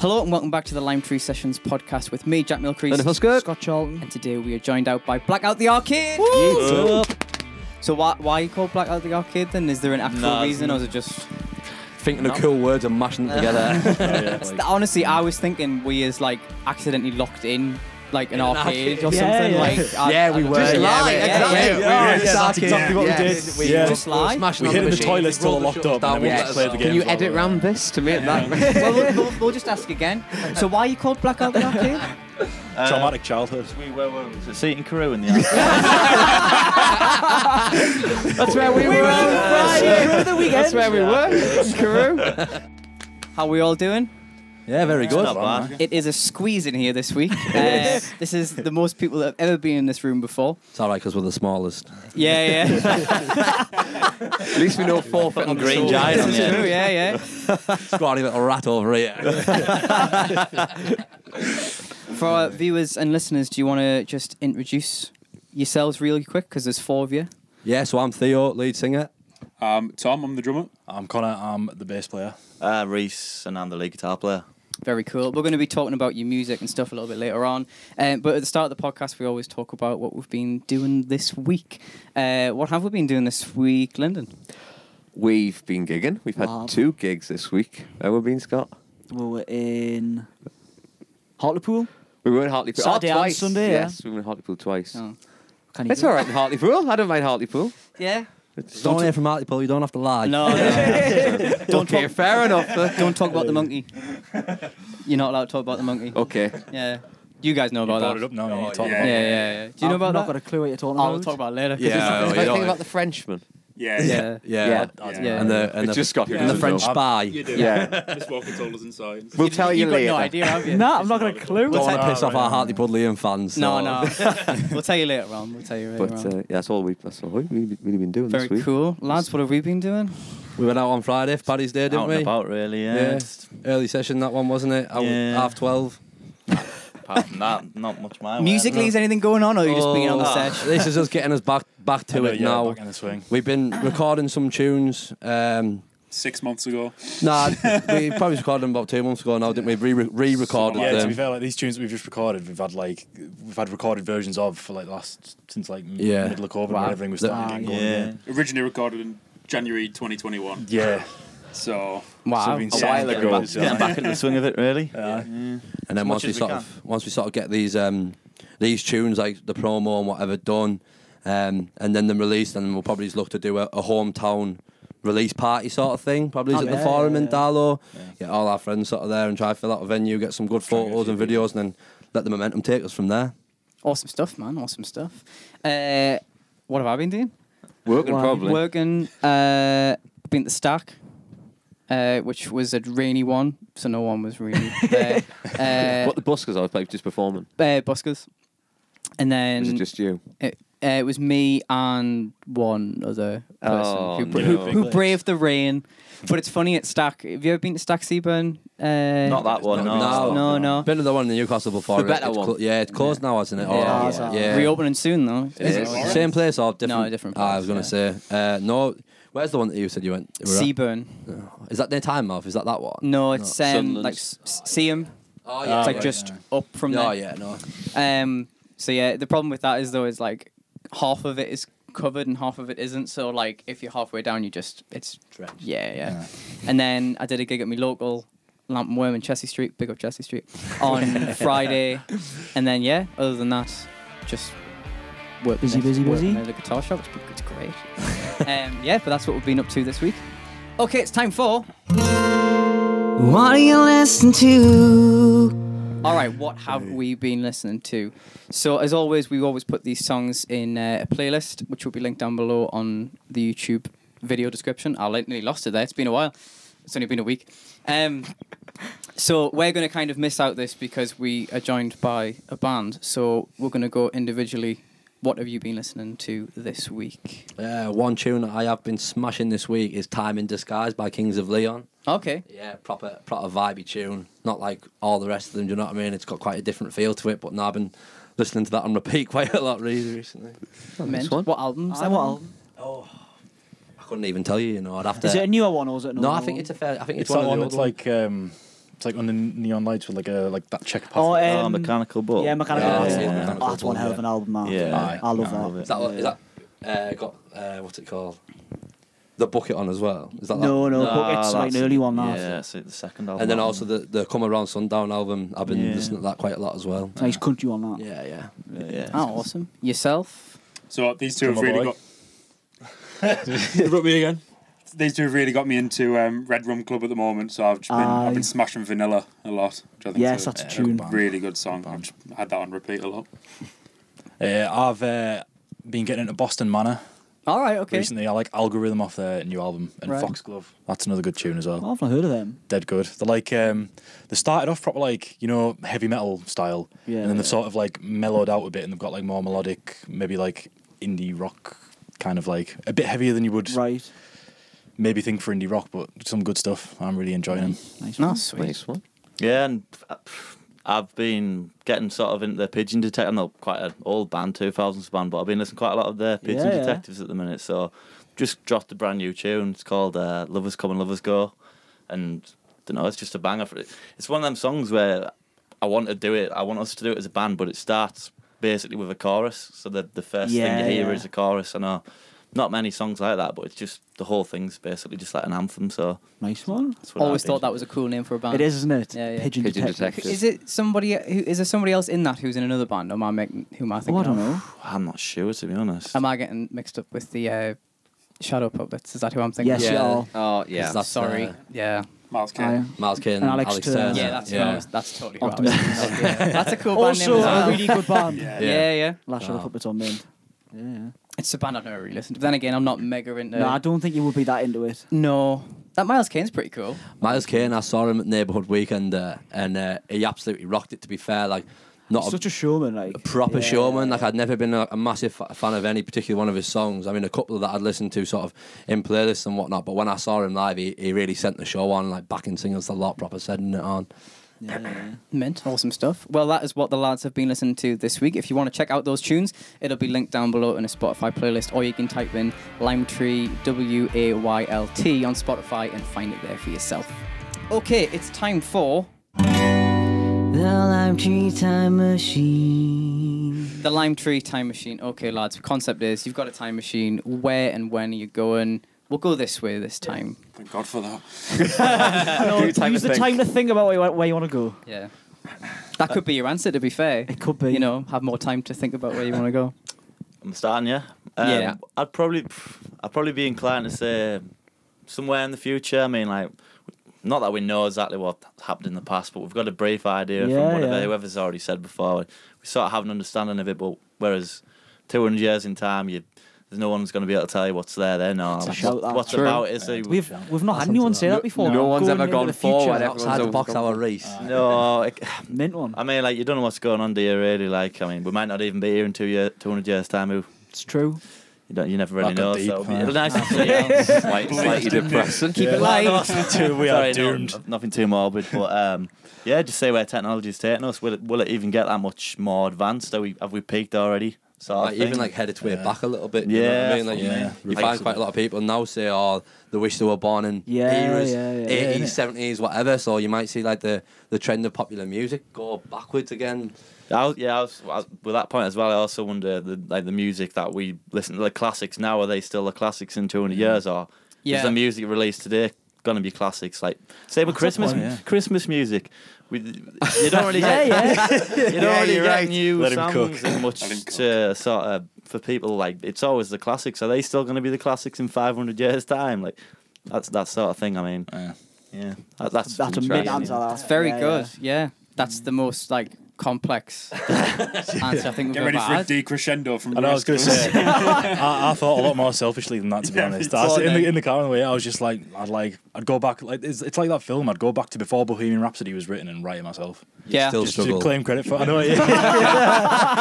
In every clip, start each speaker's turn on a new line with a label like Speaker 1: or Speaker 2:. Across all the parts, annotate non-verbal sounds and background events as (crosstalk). Speaker 1: Hello and welcome back to the Lime Tree Sessions podcast with me, Jack Milcrease.
Speaker 2: Lenny Husker.
Speaker 3: Scott Charlton.
Speaker 1: And today we are joined out by Blackout the Arcade. So why why you call Blackout the Arcade then? Is there an actual
Speaker 4: Nah,
Speaker 1: reason or is
Speaker 4: it's-
Speaker 1: it just
Speaker 2: Thinking of cool words and mashing them together.
Speaker 1: honestly I was thinking we is like accidentally locked in like an
Speaker 2: an
Speaker 1: arcade or
Speaker 3: Yeah,
Speaker 1: something.
Speaker 3: yeah.
Speaker 1: Like I-
Speaker 2: Yeah, we
Speaker 1: I-
Speaker 2: were,
Speaker 1: Just
Speaker 2: yeah,
Speaker 1: lie,
Speaker 2: we-
Speaker 1: exactly.
Speaker 2: yeah,
Speaker 4: yeah, yeah, that's
Speaker 3: exactly what we
Speaker 2: Yes.
Speaker 3: did.
Speaker 4: We- Yeah.
Speaker 1: Just lie.
Speaker 2: Smashing
Speaker 4: We
Speaker 2: on
Speaker 4: hit in the
Speaker 2: machine.
Speaker 4: toilets till
Speaker 2: Rolled
Speaker 4: locked
Speaker 2: shutters
Speaker 4: up,
Speaker 2: down
Speaker 4: and then we
Speaker 2: with
Speaker 4: just
Speaker 2: us.
Speaker 4: played the
Speaker 2: Can
Speaker 4: game
Speaker 2: you
Speaker 4: as well,
Speaker 2: edit
Speaker 4: yeah.
Speaker 2: round this to make that?
Speaker 1: well, we'll, we'll, we'll just ask again. So why are you called Blackout the Arcade?
Speaker 2: uh,
Speaker 4: Traumatic childhood.
Speaker 5: We were, were we? Seat in Peru in
Speaker 3: (laughs)
Speaker 5: the arcade.
Speaker 2: That's where we were.
Speaker 3: the weekend.
Speaker 2: That's where we were. Carew.
Speaker 1: How we all doing?
Speaker 2: Yeah, very good.
Speaker 5: Not bad.
Speaker 1: It is a squeeze in here this week. Uh,
Speaker 2: is.
Speaker 1: this is the most people that have ever been in this room before.
Speaker 2: It's all right because we're the smallest.
Speaker 1: (laughs) Yeah, yeah.
Speaker 2: At least we know (laughs) four foot and
Speaker 5: Green giant on
Speaker 1: This is
Speaker 5: the
Speaker 1: true,
Speaker 5: end.
Speaker 1: yeah, yeah.
Speaker 2: Scrawny little rat over here.
Speaker 1: For our viewers and listeners, do you want to just introduce yourselves really quick? Because there's four of you.
Speaker 2: Yeah, so I'm Theo, lead singer.
Speaker 6: Um, Tom, I'm the drummer.
Speaker 4: I'm Connor. I'm the bass player.
Speaker 5: Uh, Reese and I'm the lead guitar player.
Speaker 1: Very cool. We're going to be talking about your music and stuff a little bit later on. Um, but at the start of the podcast, we always talk about what we've been doing this week. Uh, what have we been doing this week, Lyndon?
Speaker 7: We've been gigging. We've had
Speaker 3: Wow.
Speaker 7: two gigs this week. Where we been, Scott?
Speaker 3: We were in Hartlepool.
Speaker 7: We were in Hartlepool. Oh,
Speaker 3: Saturday and
Speaker 7: twice.
Speaker 3: Sunday, yeah.
Speaker 7: Yes, we were in Hartlepool twice.
Speaker 1: Oh.
Speaker 3: Can you
Speaker 7: It's all right in Hartlepool. I don't mind Hartlepool.
Speaker 1: Yeah.
Speaker 7: It's
Speaker 2: Don't hear from Hartlepool, you don't have to lie.
Speaker 1: No, no. (laughs) don't,
Speaker 7: okay,
Speaker 1: talk,
Speaker 7: fair enough. though.
Speaker 1: don't talk about the monkey. You're not allowed to talk about the monkey.
Speaker 8: Oh.
Speaker 7: okay.
Speaker 1: Yeah. You guys know about
Speaker 4: Brought
Speaker 1: that.
Speaker 4: it up now. you
Speaker 2: Oh,
Speaker 4: need to talk
Speaker 2: yeah.
Speaker 1: Yeah,
Speaker 4: about it.
Speaker 1: yeah, yeah. Do you know
Speaker 3: I've
Speaker 1: about
Speaker 3: not
Speaker 1: that?
Speaker 3: got a clue what you're talking
Speaker 1: Oh,
Speaker 3: about.
Speaker 1: we'll talk about it later. 'cause (laughs)
Speaker 2: Yeah,
Speaker 1: it's-
Speaker 2: Oh,
Speaker 7: Did
Speaker 2: you
Speaker 7: I
Speaker 2: don't-
Speaker 7: think about the Frenchman?
Speaker 6: Yeah,
Speaker 1: Yeah.
Speaker 2: Yeah.
Speaker 5: (laughs)
Speaker 1: Yeah.
Speaker 2: And uh, the, and
Speaker 7: It's
Speaker 2: the,
Speaker 7: just Scott who
Speaker 2: and the
Speaker 7: doesn't
Speaker 2: French
Speaker 7: know.
Speaker 2: spy.
Speaker 6: You do.
Speaker 7: Yeah.
Speaker 6: Miss Walker told us inside.
Speaker 7: We'll tell you
Speaker 1: You've got
Speaker 7: later.
Speaker 1: no idea, have you?
Speaker 3: Nah, I've not got a clue.
Speaker 2: Don't want
Speaker 6: No,
Speaker 2: to piss off
Speaker 6: no,
Speaker 2: our
Speaker 6: no.
Speaker 2: Hartlepool Liam fans.
Speaker 1: No,
Speaker 2: so-
Speaker 1: no. we'll tell you later on. We'll tell you later
Speaker 7: But
Speaker 1: on.
Speaker 7: uh, yeah, that's all we that's all we've really really been doing
Speaker 1: Very
Speaker 7: this (laughs) week.
Speaker 1: cool. Lads, what have we been doing?
Speaker 2: (laughs) We went out on Friday for Paddy's Day, didn't
Speaker 5: Out
Speaker 2: we?
Speaker 5: and about, really, yeah.
Speaker 2: Yeah. Early session, that one, wasn't it? Out
Speaker 5: Yeah.
Speaker 2: Half 12.
Speaker 5: Apart from that, not much my way.
Speaker 1: Musically, is anything going on or are you just being on the
Speaker 2: Oh,
Speaker 1: set?
Speaker 2: This is us getting us back back to
Speaker 4: I know,
Speaker 2: it
Speaker 4: yeah,
Speaker 2: now.
Speaker 4: Back in the swing.
Speaker 2: We've been recording some tunes. Um,
Speaker 6: Six months ago.
Speaker 2: nah, we probably recorded them about two months ago now, didn't we? Re- re- recorded
Speaker 4: yeah, to
Speaker 2: them.
Speaker 4: be fair, like these tunes that we've just recorded, we've had like we've had recorded versions of for like last since like m-
Speaker 2: Yeah.
Speaker 4: middle of COVID
Speaker 2: Wow.
Speaker 4: when everything was
Speaker 2: The-
Speaker 4: starting to get going.
Speaker 5: Yeah.
Speaker 6: Originally recorded in January 2021.
Speaker 4: Yeah,
Speaker 6: So
Speaker 4: So
Speaker 1: Wow.
Speaker 4: we've been
Speaker 5: A
Speaker 4: sitting
Speaker 5: while
Speaker 4: getting
Speaker 5: ago.
Speaker 4: back to it.
Speaker 5: Getting back into the swing of it, really.
Speaker 4: Yeah.
Speaker 2: and then
Speaker 5: as
Speaker 2: once
Speaker 5: much
Speaker 2: we
Speaker 5: as we
Speaker 2: sort
Speaker 5: can.
Speaker 2: of once we sort of get these um, these tunes like the promo and whatever done, um, and then them released, and then we'll probably just look to do a, a hometown release party sort of thing. Probably
Speaker 3: Oh,
Speaker 2: at the
Speaker 3: yeah,
Speaker 2: forum
Speaker 3: yeah,
Speaker 2: in
Speaker 3: yeah.
Speaker 2: Darlow. Get all our friends sort of there and try to fill out a venue, get some good photos and videos, and then let the momentum take us from there.
Speaker 1: Awesome stuff, man. Awesome stuff. Uh, what have I been doing?
Speaker 7: Working
Speaker 3: Wow.
Speaker 7: probably.
Speaker 1: Working. Uh, been to Stack, uh, which was a rainy one, so no one was really there. Uh,
Speaker 7: What the buskers I was like just performing.
Speaker 1: uh, buskers. And then
Speaker 7: Was it just you?
Speaker 1: It, uh, it was me and one other person
Speaker 7: Oh,
Speaker 1: who, bra-
Speaker 7: no.
Speaker 1: who, who braved the rain. But it's funny at Stack. Have you ever been to Stack Seaburn? Uh,
Speaker 5: Not that one, no.
Speaker 2: No.
Speaker 1: No, no.
Speaker 2: Been to the one in Newcastle before.
Speaker 7: The better
Speaker 2: It's
Speaker 7: one.
Speaker 2: clo- yeah, it's closed now, hasn't it?
Speaker 1: Yeah.
Speaker 2: Oh,
Speaker 3: Yeah.
Speaker 2: yeah.
Speaker 1: Reopening soon though.
Speaker 2: Is it
Speaker 7: Is it
Speaker 2: the same place or different?
Speaker 1: No, different
Speaker 2: Ah, I was gonna
Speaker 1: place,
Speaker 2: say uh, no. Where's the one that you said you went? you were at? Uh,
Speaker 1: Seaburn.
Speaker 2: Is that near time off? Is that that one?
Speaker 1: No, it's um,
Speaker 7: Sunderland.
Speaker 1: like s- s- Seaham.
Speaker 2: Oh
Speaker 1: It's like
Speaker 4: right,
Speaker 1: just
Speaker 4: yeah.
Speaker 1: up from
Speaker 2: Oh
Speaker 1: there.
Speaker 2: yeah, no.
Speaker 1: Um, so yeah, the problem with that is though is like half of it is covered and half of it isn't. So like if you're halfway down, you just it's
Speaker 2: Drenched.
Speaker 1: Yeah, yeah. And then I did a gig at my local Lamp and Worm in Chelsea Street, big up Chelsea Street, on
Speaker 3: (laughs)
Speaker 1: Friday. And then yeah, other than that, just work
Speaker 3: Busy, busy, busy.
Speaker 1: At a guitar shop, it's, it's great. (laughs) um, yeah, but that's what we've been up to this week. Okay, it's time for.
Speaker 3: What are you listening to?
Speaker 1: All right, what have we been listening to? So, as always, we always put these songs in uh, a playlist, which will be linked down below on the YouTube video description. I lately lost it there. It's been a while. It's only been a week. Um, so, we're going to kind of miss out this because we are joined by a band. So, we're going to go individually. What have you been listening to this week?
Speaker 2: Uh, one tune that I have been smashing this week is "Time in Disguise" by Kings of Leon.
Speaker 1: Okay.
Speaker 2: Yeah, proper proper vibey tune. Not like all the rest of them. Do you know what I mean? It's got quite a different feel to it. But now I've been listening to that on repeat (laughs) quite a lot really recently.
Speaker 1: Mint.
Speaker 7: one.
Speaker 1: What albums?
Speaker 3: Oh, I well,
Speaker 2: I couldn't even tell you. You know, I'd have to.
Speaker 3: is it a newer one or is it an
Speaker 2: no, I
Speaker 3: older
Speaker 2: think
Speaker 3: one?
Speaker 2: it's a fair. I think it's,
Speaker 4: It's
Speaker 2: one
Speaker 4: that
Speaker 2: of the
Speaker 4: one
Speaker 2: old ones.
Speaker 4: that's like um, It's like on the neon lights with like a like that check pattern.
Speaker 3: Oh,
Speaker 5: Oh,
Speaker 3: um,
Speaker 5: mechanical bull.
Speaker 3: Yeah, Mechanical
Speaker 2: Yeah,
Speaker 3: Bull.
Speaker 2: yeah,
Speaker 3: Oh,
Speaker 2: Mechanical
Speaker 3: that's one
Speaker 2: Bull,
Speaker 3: hell of
Speaker 2: yeah.
Speaker 3: an album, man.
Speaker 5: Yeah.
Speaker 4: Aye,
Speaker 3: I love
Speaker 4: I
Speaker 3: that.
Speaker 5: love it.
Speaker 2: Is that, what- is that uh, got, uh, what's it called? The bucket on as well? Is that
Speaker 3: No,
Speaker 2: that?
Speaker 3: no,
Speaker 5: Nah,
Speaker 3: but it's like
Speaker 5: that's-
Speaker 3: an early one, that.
Speaker 5: Yeah, so the second album.
Speaker 2: And then also the, the Come Around Sundown album. I've been
Speaker 5: Yeah.
Speaker 2: listening to that quite a lot as well.
Speaker 3: It's nice country on that.
Speaker 2: Yeah, yeah.
Speaker 5: Yeah, yeah.
Speaker 1: Oh, awesome. Yourself?
Speaker 6: So these two have
Speaker 4: Drummer
Speaker 6: really
Speaker 4: boy.
Speaker 6: got. Rub me again. These two have really got me into um, Red Rum Club at the moment, so I've just been,
Speaker 3: Aye.
Speaker 6: I've been smashing Vanilla a lot. Which I think
Speaker 3: Yes,
Speaker 6: is a,
Speaker 3: that's a
Speaker 6: a
Speaker 3: tune.
Speaker 6: really good song. I've just had that on repeat a lot.
Speaker 4: Uh, I've uh, been getting into Boston Manor
Speaker 1: All right, okay.
Speaker 4: recently. I like Algorithm off their new album and
Speaker 1: Right.
Speaker 4: Foxglove. That's another good tune as well.
Speaker 3: Oh, I've not heard of them.
Speaker 4: Dead good. They're like um, they started off proper like you know heavy metal style,
Speaker 3: Yeah,
Speaker 4: and then they've
Speaker 3: yeah.
Speaker 4: sort of like mellowed out a bit, and they've got like more melodic, maybe like indie rock kind of like a bit heavier than you would
Speaker 3: Right.
Speaker 4: maybe think for indie rock, but some good stuff. I'm really enjoying them.
Speaker 3: Nice.
Speaker 1: No,
Speaker 3: one.
Speaker 1: sweet.
Speaker 7: Nice one.
Speaker 5: Yeah, and uh, pff, I've been getting sort of into their Pigeon Detective. I'm not quite an old band, 2000s band, but I've been listening to quite a lot of their Pigeon
Speaker 3: Yeah, yeah.
Speaker 5: Detectives at the minute. So just dropped a brand new tune. It's called uh, Lovers Come and Lovers Go. And don't know, it's just a banger. For it. It's one of them songs where I want to do it. I want us to do it as a band, but it starts basically with a chorus. So the, the first
Speaker 3: Yeah,
Speaker 5: thing you hear
Speaker 3: yeah.
Speaker 5: is a chorus. I know not many songs like that, but it's just the whole thing's basically just like an anthem. So
Speaker 3: Nice one.
Speaker 5: that's what I've
Speaker 1: Always
Speaker 5: been-
Speaker 1: thought that was a cool name for a band.
Speaker 3: It is, isn't it?
Speaker 1: Uh, Yeah, yeah.
Speaker 3: Pigeon,
Speaker 7: Pigeon
Speaker 3: Detective.
Speaker 7: Detective.
Speaker 1: Is it somebody? Who is there somebody else in that who's in another band? Am I making? Who am I thinking?
Speaker 3: Oh, I don't
Speaker 1: of?
Speaker 3: know.
Speaker 5: I'm not sure, to be honest.
Speaker 1: Am I getting mixed up with the uh, Shadow Puppets? Is that who I'm thinking?
Speaker 3: Yes,
Speaker 1: of?
Speaker 3: you
Speaker 2: Yeah.
Speaker 3: are.
Speaker 7: Oh, yeah.
Speaker 2: That's,
Speaker 1: Sorry.
Speaker 2: uh,
Speaker 1: yeah.
Speaker 6: Miles
Speaker 3: Aye.
Speaker 6: Kane.
Speaker 2: Miles Kane
Speaker 3: And Alex
Speaker 2: Alex
Speaker 3: Turner.
Speaker 2: Turner.
Speaker 1: Yeah, that's who I was, that's totally who I was.
Speaker 3: Optimus.
Speaker 1: thinking of, yeah. (laughs) That's
Speaker 3: (laughs)
Speaker 1: a cool band name.
Speaker 3: Also,
Speaker 1: as well.
Speaker 3: a really good (laughs) band.
Speaker 6: Yeah.
Speaker 1: yeah, yeah,
Speaker 3: Last
Speaker 2: Ah.
Speaker 3: Shadow Puppets on Mint. Yeah, yeah.
Speaker 1: It's a band I've never really listened to. But then again, I'm not mega into.
Speaker 3: No, I don't think you would be that into it.
Speaker 1: No. That Miles Kane's pretty cool.
Speaker 2: Miles Kane, I saw him at Neighbourhood Weekend uh, and uh, he absolutely rocked it, to be fair. Like, not a,
Speaker 3: Such a showman, like.
Speaker 2: proper
Speaker 3: Yeah.
Speaker 2: showman. Like, I'd never been a, a massive fa- fan of any particular one of his songs. I mean, a couple that I'd listened to sort of in playlists and whatnot, but when I saw him live, he, he really sent the show on, like, backing singers a lot, proper sending it on.
Speaker 3: Yeah, yeah.
Speaker 1: Mint, awesome stuff. Well, that is what the lads have been listening to this week. If you want to check out those tunes, it'll be linked down below in a Spotify playlist, or you can type in Limetree W A Y L T on Spotify and find it there for yourself. Okay, it's time for
Speaker 3: The Lime Tree Time Machine.
Speaker 1: the Lime Tree Time Machine. Okay, lads, the concept is you've got a time machine. Where and when are you going? We'll go this way this time.
Speaker 6: Thank God for that.
Speaker 3: No, use
Speaker 7: time to
Speaker 3: the
Speaker 7: think.
Speaker 3: time to think about where you, where you want to go.
Speaker 1: Yeah. That could be your answer, to be fair.
Speaker 3: It could be.
Speaker 1: You know, have more time to think about where you want to go.
Speaker 5: I'm starting, yeah. Um,
Speaker 1: Yeah.
Speaker 5: I'd probably, I'd probably be inclined to say somewhere in the future. I mean, like, not that we know exactly what happened in the past, but we've got a brief idea
Speaker 3: Yeah,
Speaker 5: from whatever
Speaker 3: yeah.
Speaker 5: whoever's already said before. We sort of have an understanding of it, but whereas 200 years in time, you. There's no one's going to be able to tell you what's there then or
Speaker 3: a
Speaker 5: what's,
Speaker 3: shout, that.
Speaker 5: what's
Speaker 7: True.
Speaker 5: about it. So you-
Speaker 3: We've we've not had anyone say that before.
Speaker 7: no one's
Speaker 3: Going
Speaker 7: ever
Speaker 3: into
Speaker 7: gone
Speaker 3: the future.
Speaker 7: forward, everyone's
Speaker 2: Outside the
Speaker 7: always
Speaker 2: box,
Speaker 7: gone-
Speaker 2: our Reese.
Speaker 3: Uh,
Speaker 5: no, it-
Speaker 3: Mint one.
Speaker 5: I mean, like you don't know what's going on, do you? Really, like I mean, we might not even be here in two year, 200 years time. Who
Speaker 3: It's true.
Speaker 5: you don't, you never really
Speaker 4: Like a
Speaker 5: know.
Speaker 4: deep,
Speaker 5: so it'd be
Speaker 4: huh?
Speaker 5: it'll be nice to see. it.
Speaker 3: (laughs)
Speaker 7: Slight- Slightly depressing.
Speaker 1: (laughs) Keep it light.
Speaker 4: (laughs) we
Speaker 5: Sorry,
Speaker 4: are
Speaker 5: no,
Speaker 4: doomed.
Speaker 5: n- nothing too morbid, but um, yeah, just say where technology is taking us. Will it, will it even get that much more advanced? Are we have we peaked already? So
Speaker 2: Like, even like head its way back a little bit.
Speaker 5: Yeah,
Speaker 2: you know what I mean? Like,
Speaker 4: yeah.
Speaker 2: You find quite a lot of people now say, "Oh, they wish they were born in
Speaker 3: Yeah,
Speaker 2: eras,
Speaker 3: yeah, yeah.
Speaker 2: eighties,
Speaker 4: Yeah, innit?
Speaker 2: seventies, whatever." So you might see like the the trend of popular music go backwards again.
Speaker 5: I was, yeah, I was, I was- with that point as well. I also wonder the like the music that we listen to, the classics now. Are they still the classics in two hundred years, or
Speaker 1: Yeah.
Speaker 5: is the music released today gonna be classics? Like same with Christmas,
Speaker 4: point, yeah.
Speaker 5: Christmas music. We you
Speaker 4: (laughs)
Speaker 5: don't really
Speaker 3: Yeah,
Speaker 5: get (laughs)
Speaker 3: yeah.
Speaker 5: you don't
Speaker 4: Yeah,
Speaker 5: really
Speaker 4: you're
Speaker 5: get
Speaker 4: right.
Speaker 5: new
Speaker 4: Let him
Speaker 5: songs
Speaker 4: cook.
Speaker 5: as much
Speaker 6: Let him cook.
Speaker 5: to sort of for people like it's always the classics. Are they still gonna be the classics in five hundred years time? Like that's that sort of thing. I mean,
Speaker 4: Yeah.
Speaker 5: yeah, that, that's
Speaker 3: That's a
Speaker 5: from
Speaker 3: mint
Speaker 5: trying,
Speaker 3: answer.
Speaker 5: yeah.
Speaker 3: that.
Speaker 1: That's very
Speaker 3: Yeah,
Speaker 1: good. Yeah. That's the most like complex answer I think we've
Speaker 6: Get
Speaker 1: ever
Speaker 6: ready for a
Speaker 1: had.
Speaker 6: decrescendo from.
Speaker 4: I
Speaker 6: the
Speaker 4: know I was
Speaker 6: rest of
Speaker 4: going to say,
Speaker 6: us.
Speaker 4: I, I thought a lot more selfishly than that, to be
Speaker 6: Yeah,
Speaker 4: honest.
Speaker 6: me
Speaker 4: I was
Speaker 6: too.
Speaker 4: in, the, in the car on the way, I was just like, I'd like, I'd go back, like it's, it's like that film. I'd go back to before Bohemian Rhapsody was written and write it myself.
Speaker 1: yeah.
Speaker 2: Still
Speaker 4: Just to
Speaker 2: struggle.
Speaker 4: claim credit for.
Speaker 1: (laughs)
Speaker 4: I know. Yeah,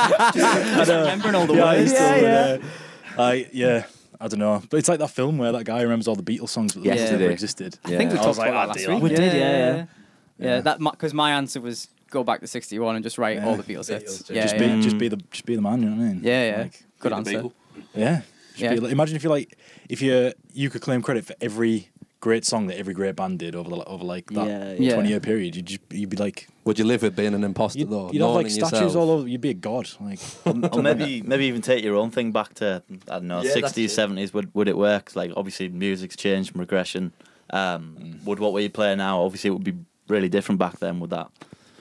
Speaker 1: remembering all the
Speaker 4: yeah, I used to,
Speaker 3: Yeah,
Speaker 4: but,
Speaker 3: yeah.
Speaker 4: uh, I yeah. I don't know, but it's like that film where that guy remembers all the Beatles songs, but the
Speaker 7: Yes,
Speaker 4: Beatles
Speaker 7: he
Speaker 4: never
Speaker 7: did.
Speaker 4: existed.
Speaker 1: I think we
Speaker 7: Yeah.
Speaker 4: I
Speaker 1: talked
Speaker 4: was like,
Speaker 1: about
Speaker 4: "Ah,
Speaker 1: that last
Speaker 4: dear."
Speaker 1: week.
Speaker 3: We did, yeah, yeah.
Speaker 1: Yeah, that because my answer was go back to 61 and just write all the Beatles hits. Yeah,
Speaker 4: just
Speaker 1: yeah.
Speaker 4: be,
Speaker 1: yeah.
Speaker 4: just be the, just be the man. You know what I mean?
Speaker 1: yeah, yeah.
Speaker 4: Like,
Speaker 1: Good
Speaker 6: The
Speaker 1: answer.
Speaker 6: Beatle.
Speaker 4: yeah. Just
Speaker 1: Yeah.
Speaker 4: be like- imagine if you like, if you you could claim credit for every great song that every great band did over the over like that
Speaker 1: Yeah, yeah.
Speaker 4: twenty year period, you'd just, you'd be like
Speaker 2: Would you live with being an imposter
Speaker 4: you'd,
Speaker 2: though?
Speaker 4: you'd have
Speaker 2: knowing
Speaker 4: like statues
Speaker 2: yourself?
Speaker 4: all over. You'd be a god. (laughs) Like
Speaker 5: (laughs) or maybe
Speaker 2: (laughs)
Speaker 5: maybe even take your own thing back to I don't know
Speaker 2: Yeah, that's
Speaker 5: sixties,
Speaker 2: it.
Speaker 5: seventies. Would would it work? Like obviously music's changed from regression. Um,
Speaker 2: Mm.
Speaker 5: Would what we play now? Obviously, it would be really different back then. Would that?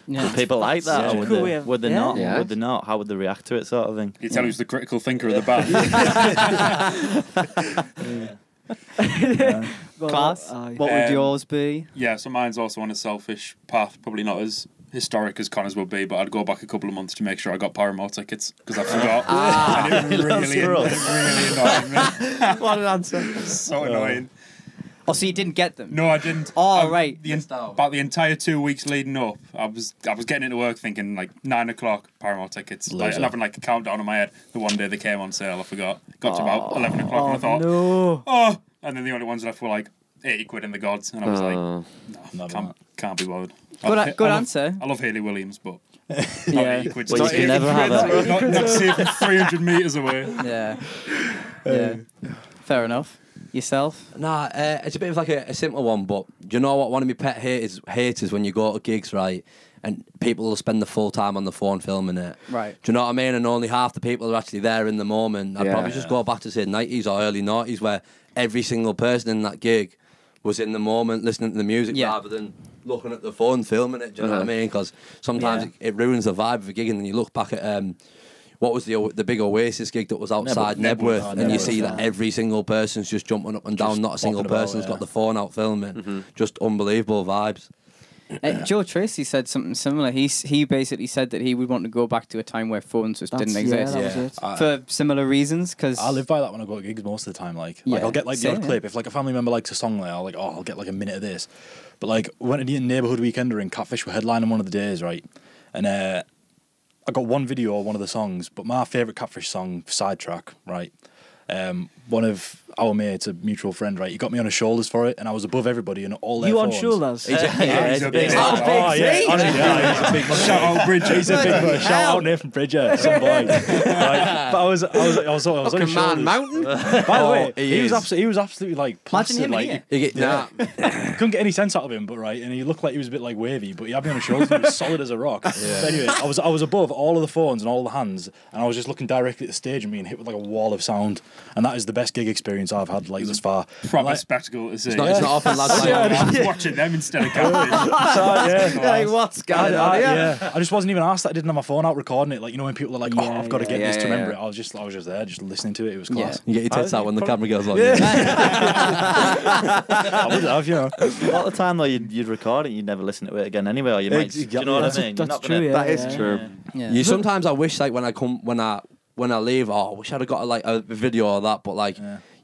Speaker 5: Would people like that?
Speaker 3: that's
Speaker 5: or
Speaker 3: a
Speaker 5: would,
Speaker 3: cool way
Speaker 5: they,
Speaker 3: of-
Speaker 5: would they
Speaker 3: yeah.
Speaker 5: not?
Speaker 7: Yeah.
Speaker 5: Would they not? How would they react to it? Sort of thing.
Speaker 6: You tell who's the critical thinker of the
Speaker 4: (laughs)
Speaker 6: band.
Speaker 3: Well,
Speaker 1: Class.
Speaker 3: aye.
Speaker 1: What would
Speaker 6: Um,
Speaker 1: yours be?
Speaker 6: yeah, so mine's also on a selfish path. Probably not as historic as Connor's will be, but I'd go back a couple of months to make sure I got Paramore tickets because I forgot.
Speaker 4: Ah, (laughs)
Speaker 6: and it really, it really annoyed me.
Speaker 1: what an answer.
Speaker 6: (laughs) so annoying.
Speaker 1: Oh, so you didn't get them?
Speaker 6: No, I didn't.
Speaker 1: Oh,
Speaker 6: I-
Speaker 1: right.
Speaker 6: The en-
Speaker 2: Missed out.
Speaker 6: about the entire two weeks leading up, I was I was getting into work thinking like nine o'clock Paramore tickets, like,
Speaker 4: Loser.
Speaker 6: and having like a countdown in my head. The one day they came on sale, I forgot. Got to about eleven o'clock, and I
Speaker 3: Oh,
Speaker 6: thought,
Speaker 3: no.
Speaker 6: oh, and then the only ones left were like eighty quid in the gods, and I was like,
Speaker 7: Oh,
Speaker 4: not even
Speaker 6: can't, can't be bothered. I
Speaker 1: Good,
Speaker 6: love-
Speaker 1: a- good
Speaker 6: I love-
Speaker 1: answer.
Speaker 6: I love Haley
Speaker 3: (laughs)
Speaker 6: Williams, but not
Speaker 1: Yeah.
Speaker 6: eighty quid.
Speaker 5: Well, you
Speaker 6: not
Speaker 5: can never have
Speaker 6: quid, Not, not safe from three hundred meters away.
Speaker 1: Yeah. Yeah. Fair enough. Yourself?
Speaker 2: Nah, uh, it's a bit of like a, a simple one, but do you know what? One of my pet haters, haters when you go to gigs, right, and people will spend the full time on the phone filming it.
Speaker 1: Right.
Speaker 2: Do you know what I mean? And only half the people are actually there in the moment. I'd
Speaker 7: Yeah.
Speaker 2: probably just go back to say nineties or early nineties, where every single person in that gig was in the moment, listening to the music
Speaker 1: Yeah.
Speaker 2: rather than looking at the phone filming it. Do you know what I
Speaker 7: Uh-huh.
Speaker 2: mean? Because sometimes it, it ruins the vibe of a gig, and then you look back at. Um, what was the O- the big Oasis gig that was outside
Speaker 4: Nebworth.
Speaker 2: Nebworth,
Speaker 4: Oh,
Speaker 2: and you
Speaker 4: Nebworth,
Speaker 2: see that
Speaker 4: yeah.
Speaker 2: every single person's just jumping up and down, not a single
Speaker 4: bopping about,
Speaker 2: person's
Speaker 4: yeah.
Speaker 2: got the phone out filming. Just unbelievable vibes.
Speaker 1: Uh, Joe Tracy said something similar. He s- he basically said that he would want to go back to a time where phones just
Speaker 3: That's-
Speaker 1: didn't
Speaker 3: yeah,
Speaker 1: exist
Speaker 3: that
Speaker 2: Yeah.
Speaker 3: was it.
Speaker 1: for similar reasons. Because (laughs)
Speaker 4: I live by that when I go to gigs most of the time. Like, like
Speaker 1: Yeah,
Speaker 4: I'll get like the
Speaker 1: same,
Speaker 4: odd
Speaker 1: yeah.
Speaker 4: clip. If like a family member likes a song, there, I'll like, oh, I'll get like a minute of this. But like, went to the neighborhood weekender and Catfish were headlining one of the days, right? And uh, I got one video of one of the songs, but my favorite Catfish song, sidetrack, right? Um, one of our mates, a mutual friend, right? He got me on his shoulders for it, and I was above everybody and all. Their
Speaker 3: You on
Speaker 4: phones.
Speaker 3: shoulders?
Speaker 5: Yeah,
Speaker 6: he's a
Speaker 5: it's
Speaker 6: big
Speaker 5: big.
Speaker 6: man.
Speaker 4: Oh, yeah,
Speaker 1: see?
Speaker 4: honestly, yeah, he's a
Speaker 6: (laughs)
Speaker 4: big man.
Speaker 6: Shout out Bridget.
Speaker 4: He's a big man. Shout out Nathan Bridger, some boy. Right, But I was, I was, I was, I was on his shoulders.
Speaker 7: Mountain.
Speaker 4: (laughs) By the
Speaker 2: Oh,
Speaker 4: way,
Speaker 2: he
Speaker 4: he, was
Speaker 2: is.
Speaker 4: absolutely, he was absolutely like plastered.
Speaker 1: him in
Speaker 4: like
Speaker 1: here.
Speaker 2: (laughs) You get,
Speaker 4: Yeah.
Speaker 2: nah,
Speaker 4: you couldn't get any sense out of him, but right, and he looked like he was a bit like wavy, but he had me on his shoulders. and he was solid as a rock. But anyway, I was I was above all of the phones and all the hands, and I was just looking directly at the stage and being hit with like a wall of sound, and that is the best gig experience I've had like thus far.
Speaker 6: Proper
Speaker 4: Like-
Speaker 6: spectacle to see.
Speaker 2: it's, not, it's not often
Speaker 4: (laughs)
Speaker 2: lads like
Speaker 6: I was watching them instead
Speaker 2: (laughs)
Speaker 6: of Catfish.
Speaker 4: yeah.
Speaker 1: Like, what's going on here?
Speaker 4: yeah, I just wasn't even asked that. I didn't have my phone out recording it. Like you know when people are like, "Oh,
Speaker 3: Yeah,
Speaker 4: I've got to
Speaker 3: yeah.
Speaker 4: get
Speaker 7: Yeah,
Speaker 4: this
Speaker 7: yeah,
Speaker 4: to remember
Speaker 7: yeah.
Speaker 4: it." I was just, I was just there, just listening to it. It was class. (laughs)
Speaker 2: you get your tits out when the camera goes on.
Speaker 4: I would have, you know.
Speaker 5: A lot of the time though, you'd, you'd record it, you'd never listen to it again anyway. Or you might, do you know what
Speaker 3: That's-
Speaker 5: I mean? You're
Speaker 3: that's
Speaker 5: not
Speaker 3: true,
Speaker 5: gonna-
Speaker 3: yeah.
Speaker 7: That is true.
Speaker 1: Yeah.
Speaker 2: You sometimes I wish like when I come when I when I leave, oh, I wish I'd have got like a video of that, but like.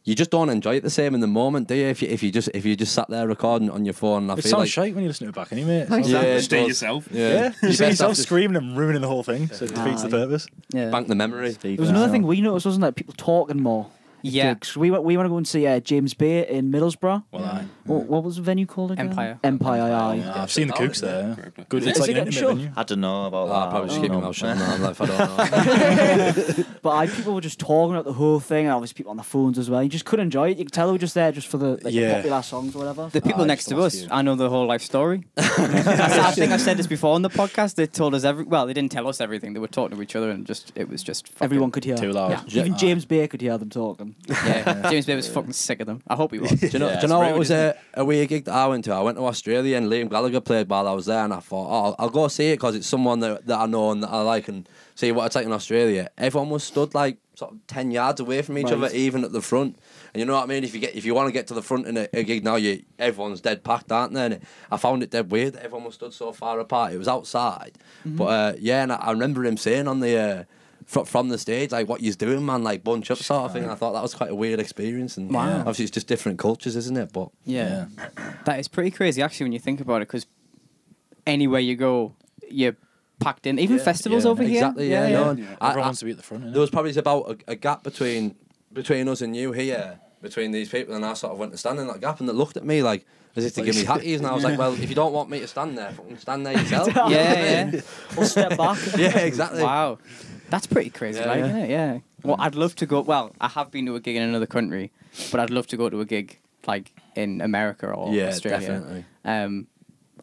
Speaker 2: You just don't enjoy it the same in the moment, do you? If you if you just if you just sat there recording on your phone, and I
Speaker 4: It
Speaker 2: feel
Speaker 4: sounds
Speaker 2: like
Speaker 4: shite when you listen to it back anyway. It sounds-
Speaker 2: yeah, it
Speaker 6: Stay
Speaker 2: does.
Speaker 6: yourself.
Speaker 2: Yeah,
Speaker 4: Yeah, (laughs) you
Speaker 2: You're
Speaker 4: see
Speaker 2: best
Speaker 4: yourself
Speaker 2: after-
Speaker 4: screaming and ruining the whole thing, so it defeats the
Speaker 3: Aye.
Speaker 4: purpose.
Speaker 1: Yeah.
Speaker 2: Bank the memory.
Speaker 3: There was another thing we noticed, wasn't it? People talking more. at
Speaker 1: Yeah.
Speaker 3: gigs. We went, we want to go and see uh, James Bay in Middlesbrough.
Speaker 4: Well, I.
Speaker 3: What, what was the venue called again?
Speaker 1: Empire.
Speaker 3: Empire, aye.
Speaker 4: Yeah, I've seen the Cougs there.
Speaker 6: Great
Speaker 4: Good. It's
Speaker 3: Is
Speaker 4: like
Speaker 3: it
Speaker 4: an intimate
Speaker 3: short?
Speaker 4: venue.
Speaker 5: I don't know
Speaker 2: Oh,
Speaker 5: about that.
Speaker 2: I probably just
Speaker 5: don't
Speaker 2: keep my
Speaker 5: know.
Speaker 2: mouth shut.
Speaker 4: (laughs)
Speaker 2: now, like, if I don't know.
Speaker 3: But I, people were just talking about the whole thing, and obviously people on the phones as well. You just couldn't enjoy it. You could tell they were just there just for the, like, the
Speaker 4: Yeah.
Speaker 3: popular songs or whatever.
Speaker 1: The people
Speaker 4: Ah, I
Speaker 1: next
Speaker 4: just
Speaker 1: to
Speaker 4: lost
Speaker 1: us,
Speaker 4: you.
Speaker 1: I know the whole life
Speaker 4: (laughs)
Speaker 1: story. I think I've said this before on the podcast. They told us every well, they didn't tell us everything. They were talking to each other, and just it was just fucking,
Speaker 3: Everyone could hear.
Speaker 4: Too loud.
Speaker 3: Yeah. Even James Bay could hear them talking.
Speaker 1: Yeah,
Speaker 3: (laughs)
Speaker 1: James Bay was fucking sick of them. I hope he was.
Speaker 2: Do you know,
Speaker 4: Yeah,
Speaker 2: do you
Speaker 4: it's
Speaker 2: know what
Speaker 4: rude,
Speaker 2: was
Speaker 4: isn't
Speaker 2: a, a weird gig that I went to? I went to Australia and Liam Gallagher played while I was there, and I thought, oh, I'll, I'll go see it because it's someone that, that I know and that I like and see what it's like in Australia. Everyone was stood like sort of 10 yards away from each other, even at the front. And you know what I mean? If you get if you want to get to the front in a, a gig now, you everyone's dead packed, aren't they? And I found it dead weird that everyone was stood so far apart. It was outside.
Speaker 4: Mm-hmm.
Speaker 2: But uh, yeah, and I, I remember him saying on the. Uh, fro- from the stage, like what you're doing, man, like bunch up sort of thing. And I thought that was quite a weird experience. And
Speaker 1: Wow.
Speaker 2: obviously, it's just different cultures, isn't it? But
Speaker 1: Yeah. That is pretty crazy, actually, when you think about it, because anywhere you go, you're packed in. Even festivals
Speaker 4: yeah,
Speaker 1: over
Speaker 2: exactly,
Speaker 1: here.
Speaker 2: yeah, no,
Speaker 4: Yeah.
Speaker 2: I-
Speaker 4: Everyone
Speaker 2: I-
Speaker 4: wants to be at the front. innit?
Speaker 2: there was probably about a, a gap between between us and you here, between these people, and I sort of went to stand in that gap, and they looked at me like as if to give me hackies, and I
Speaker 1: (laughs)
Speaker 2: was like, well, if you don't want me to stand there, fucking stand there yourself.
Speaker 1: yeah. Yeah, yeah.
Speaker 3: Or step (laughs) back.
Speaker 2: (laughs) yeah, exactly.
Speaker 1: Wow. That's pretty crazy,
Speaker 2: Yeah,
Speaker 1: like,
Speaker 2: yeah.
Speaker 1: isn't it? Yeah. Well, I'd love to go. Well, I have been to a gig in another country, but I'd love to go to a gig like in America or
Speaker 2: Yeah,
Speaker 1: Australia.
Speaker 2: definitely.
Speaker 1: Um,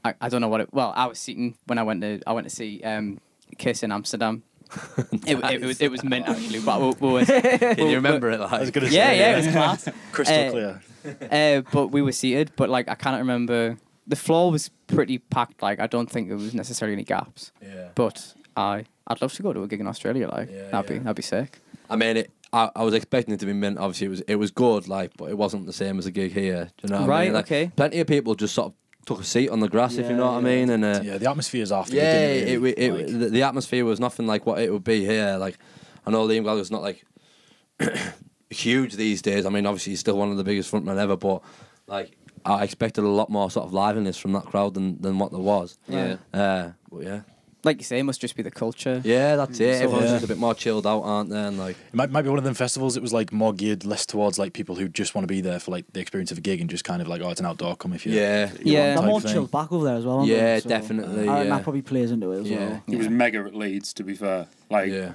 Speaker 1: I, I don't know what it. Well, I was seeing when I went to I went to see um, Kiss in Amsterdam. it, it, it was it was meant actually, but we, we were-
Speaker 2: (laughs) Can you
Speaker 1: we-
Speaker 2: remember it
Speaker 4: I was
Speaker 2: like?
Speaker 4: gonna
Speaker 1: yeah,
Speaker 4: say,
Speaker 1: yeah, it was class.
Speaker 4: crystal
Speaker 1: Uh,
Speaker 4: clear.
Speaker 1: uh, but we were seated, but like I can't remember. The floor was pretty packed. Like I don't think there was necessarily any gaps.
Speaker 2: Yeah.
Speaker 1: But I I'd love to go to a gig in Australia. Like
Speaker 2: Yeah,
Speaker 1: that'd be
Speaker 2: yeah.
Speaker 1: that'd be sick.
Speaker 2: I mean, it, I, I was expecting it to be mint. Obviously, it was it was good, like, but it wasn't the same as a gig here. Do you know what I
Speaker 1: Right,
Speaker 2: mean? Like,
Speaker 1: okay.
Speaker 2: Plenty of people just sort of took a seat on the grass, if you know what I mean. And uh,
Speaker 4: yeah, the atmosphere is after.
Speaker 2: yeah,
Speaker 4: the
Speaker 2: it,
Speaker 4: gig,
Speaker 2: it, it,
Speaker 4: like-
Speaker 2: the- the atmosphere was nothing like what it would be here. Like, I know Liam Gallagher's not like (coughs) huge these days. I mean, obviously, he's still one of the biggest frontmen ever, but like, I expected a lot more sort of liveliness from that crowd than, than what there was.
Speaker 5: Yeah.
Speaker 2: Uh, but yeah,
Speaker 1: Like you say, it must just be the culture.
Speaker 2: yeah, that's it. Everyone's
Speaker 4: Yeah.
Speaker 2: just a bit more chilled out, aren't they? And like,
Speaker 4: It might, might be one of them festivals that was like more geared less towards like people who just want to be there for like the experience of a gig and just kind of like oh it's an outdoor come if you
Speaker 2: yeah,
Speaker 4: you
Speaker 1: Yeah.
Speaker 4: want
Speaker 1: Type
Speaker 3: They're more
Speaker 4: thing.
Speaker 3: chilled back over there as well. aren't
Speaker 2: Yeah,
Speaker 3: they? So,
Speaker 2: definitely,
Speaker 3: I reckon
Speaker 2: yeah.
Speaker 3: that probably plays into it as
Speaker 2: Yeah.
Speaker 3: well.
Speaker 6: It was mega at Leeds, to be fair. Like
Speaker 2: yeah.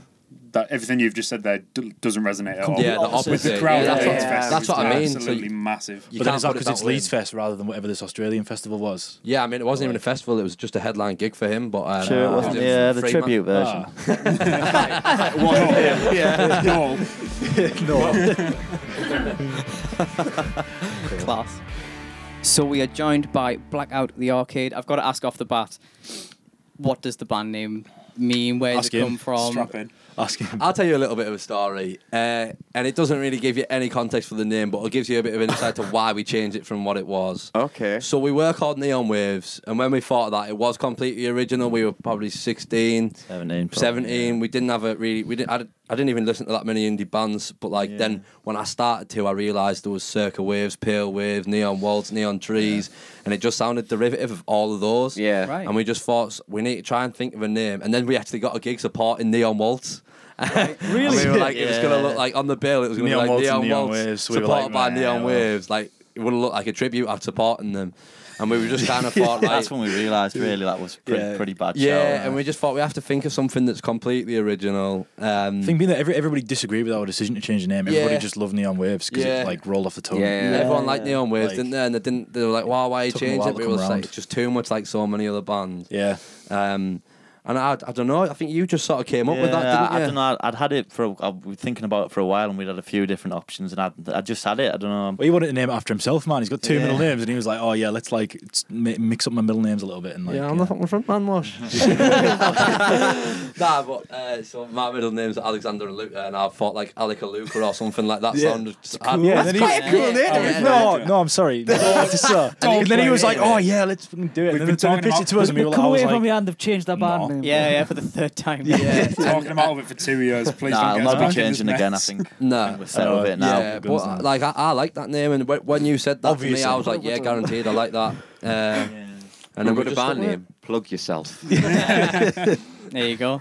Speaker 6: that, everything you've just said there d- doesn't resonate at all.
Speaker 2: Yeah, the
Speaker 3: opposite.
Speaker 6: With
Speaker 2: opposite.
Speaker 6: the crowd,
Speaker 2: yeah,
Speaker 6: at
Speaker 2: that's,
Speaker 6: Leeds
Speaker 2: what,
Speaker 6: Fest, it
Speaker 2: that's
Speaker 6: was
Speaker 2: what I mean. So
Speaker 6: Absolutely
Speaker 2: you-
Speaker 6: massive.
Speaker 2: you
Speaker 6: (laughs)
Speaker 4: But then
Speaker 2: can't
Speaker 4: it's
Speaker 2: put
Speaker 4: not
Speaker 2: it
Speaker 4: because it's
Speaker 2: that way.
Speaker 4: Leeds Fest rather than whatever this Australian festival was.
Speaker 2: Yeah, I mean, it wasn't even a festival; it was just a headline gig for him. But uh,
Speaker 5: Sure, it
Speaker 2: uh,
Speaker 5: wasn't.
Speaker 2: it was
Speaker 5: Yeah, the
Speaker 2: Fremant-
Speaker 5: tribute version.
Speaker 4: Ah,
Speaker 5: yeah.
Speaker 6: no,
Speaker 1: class. So we are joined by Blackout the Arcade. I've got to ask off the bat, what does the band name mean? Where does
Speaker 4: Ask
Speaker 1: it
Speaker 4: him.
Speaker 1: come from?
Speaker 6: strap in.
Speaker 4: ask him.
Speaker 2: I'll tell you a little bit of a story, uh, and it doesn't really give you any context for the name, but it gives you a bit of insight to why we changed it from what it was.
Speaker 5: Okay.
Speaker 2: So we were called Neon Waves, and when we thought of that, it was completely original. We were probably 16,
Speaker 5: 17. probably,
Speaker 2: 17. We didn't have a really. We didn't. I, didn't- I didn't even listen to that many indie bands. But like then, when I started to, I realised there was Circa Waves, Pale Waves, Neon Waltz, Neon Trees, and it just sounded derivative of all of those.
Speaker 5: Yeah.
Speaker 1: Right.
Speaker 2: And we just thought we need to try and think of a name, and then we actually got a gig supporting Neon Waltz. really? and we were like, it was gonna
Speaker 5: Yeah.
Speaker 2: look like on the bill, it was gonna be
Speaker 4: Neon
Speaker 2: like
Speaker 4: Waltz and
Speaker 2: Neon,
Speaker 4: Neon
Speaker 2: Waltz,
Speaker 4: Waves. We were
Speaker 2: supported
Speaker 4: like,
Speaker 2: by
Speaker 4: nah,
Speaker 2: Neon
Speaker 4: well.
Speaker 2: Waves. Like it would look like a tribute at supporting them, and we were just kind (laughs) of thought, like,
Speaker 5: That's when we realised really that was pretty,
Speaker 4: Yeah.
Speaker 5: pretty bad.
Speaker 2: yeah,
Speaker 5: shout.
Speaker 2: and we just thought we have to think of something that's completely original. Um,
Speaker 4: I think being that every, everybody disagreed with our decision to change the name, everybody
Speaker 2: Yeah.
Speaker 4: just loved Neon Waves because
Speaker 2: Yeah.
Speaker 4: it like rolled off the tongue.
Speaker 5: Yeah.
Speaker 2: everyone
Speaker 3: Yeah,
Speaker 2: liked
Speaker 3: yeah.
Speaker 2: Neon Waves,
Speaker 4: Like-
Speaker 2: didn't they? And they didn't. They were like, "Wow, why you
Speaker 4: Took 'em a
Speaker 2: change
Speaker 4: while
Speaker 2: it?"
Speaker 4: to
Speaker 2: But it
Speaker 4: come
Speaker 2: was like
Speaker 4: around.
Speaker 2: it's just too much like so many other bands.
Speaker 4: Yeah.
Speaker 2: Um, and I, I don't know. I think you just sort of came up with that,
Speaker 5: Yeah,
Speaker 2: didn't
Speaker 5: I,
Speaker 2: you?
Speaker 5: don't know. I'd, I'd had it for. I was thinking about it for a while, and we'd had a few different options, and I'd, I just had it. I don't know.
Speaker 4: Well, he wanted to name it after himself, man. He's got two
Speaker 5: Yeah.
Speaker 4: middle names, and he was like, "Oh yeah, let's like s- mi- mix up my middle names a little bit." And like,
Speaker 2: yeah, I'm the fucking front man, Wash. (laughs) nah, but uh, so my middle name's Alexander and Luca, and I thought like Alec and Luca or something like that.
Speaker 4: Yeah.
Speaker 2: Sounded just, I-
Speaker 4: Yeah, then he-
Speaker 1: cool name.
Speaker 4: Oh,
Speaker 6: Yeah.
Speaker 4: no,
Speaker 6: Yeah.
Speaker 4: no, I'm sorry. No, that's a- and then he was like, "Oh yeah, let's fucking do it." And
Speaker 6: We've
Speaker 4: then
Speaker 6: been
Speaker 4: the time
Speaker 6: talking
Speaker 4: pitched
Speaker 6: about-
Speaker 4: it to us, and we were like, "Oh,
Speaker 3: Come
Speaker 4: I was
Speaker 3: away from
Speaker 4: like,
Speaker 3: me and they've changed their band
Speaker 4: Nah.
Speaker 3: name.
Speaker 1: Yeah, yeah, for the third time.
Speaker 2: (laughs) yeah,
Speaker 6: Talking about it for two years. Please
Speaker 5: Nah,
Speaker 6: don't
Speaker 5: I'll
Speaker 6: get us
Speaker 5: not
Speaker 6: back
Speaker 5: be
Speaker 6: in this
Speaker 5: changing again. I
Speaker 2: (laughs)
Speaker 6: mess.
Speaker 5: think
Speaker 2: No.
Speaker 5: I think we're settled with it now.
Speaker 2: Uh, Yeah,
Speaker 4: Good
Speaker 2: but
Speaker 4: now.
Speaker 2: like I, I like that name, and wh- when you said that to me, I
Speaker 4: Obviously.
Speaker 2: was like, yeah, guaranteed, I like
Speaker 4: (laughs)
Speaker 2: that. Uh, And
Speaker 7: And
Speaker 2: then we
Speaker 7: with a
Speaker 2: just
Speaker 7: band
Speaker 2: stuck with
Speaker 7: name, plug yourself.
Speaker 1: (laughs) There you go.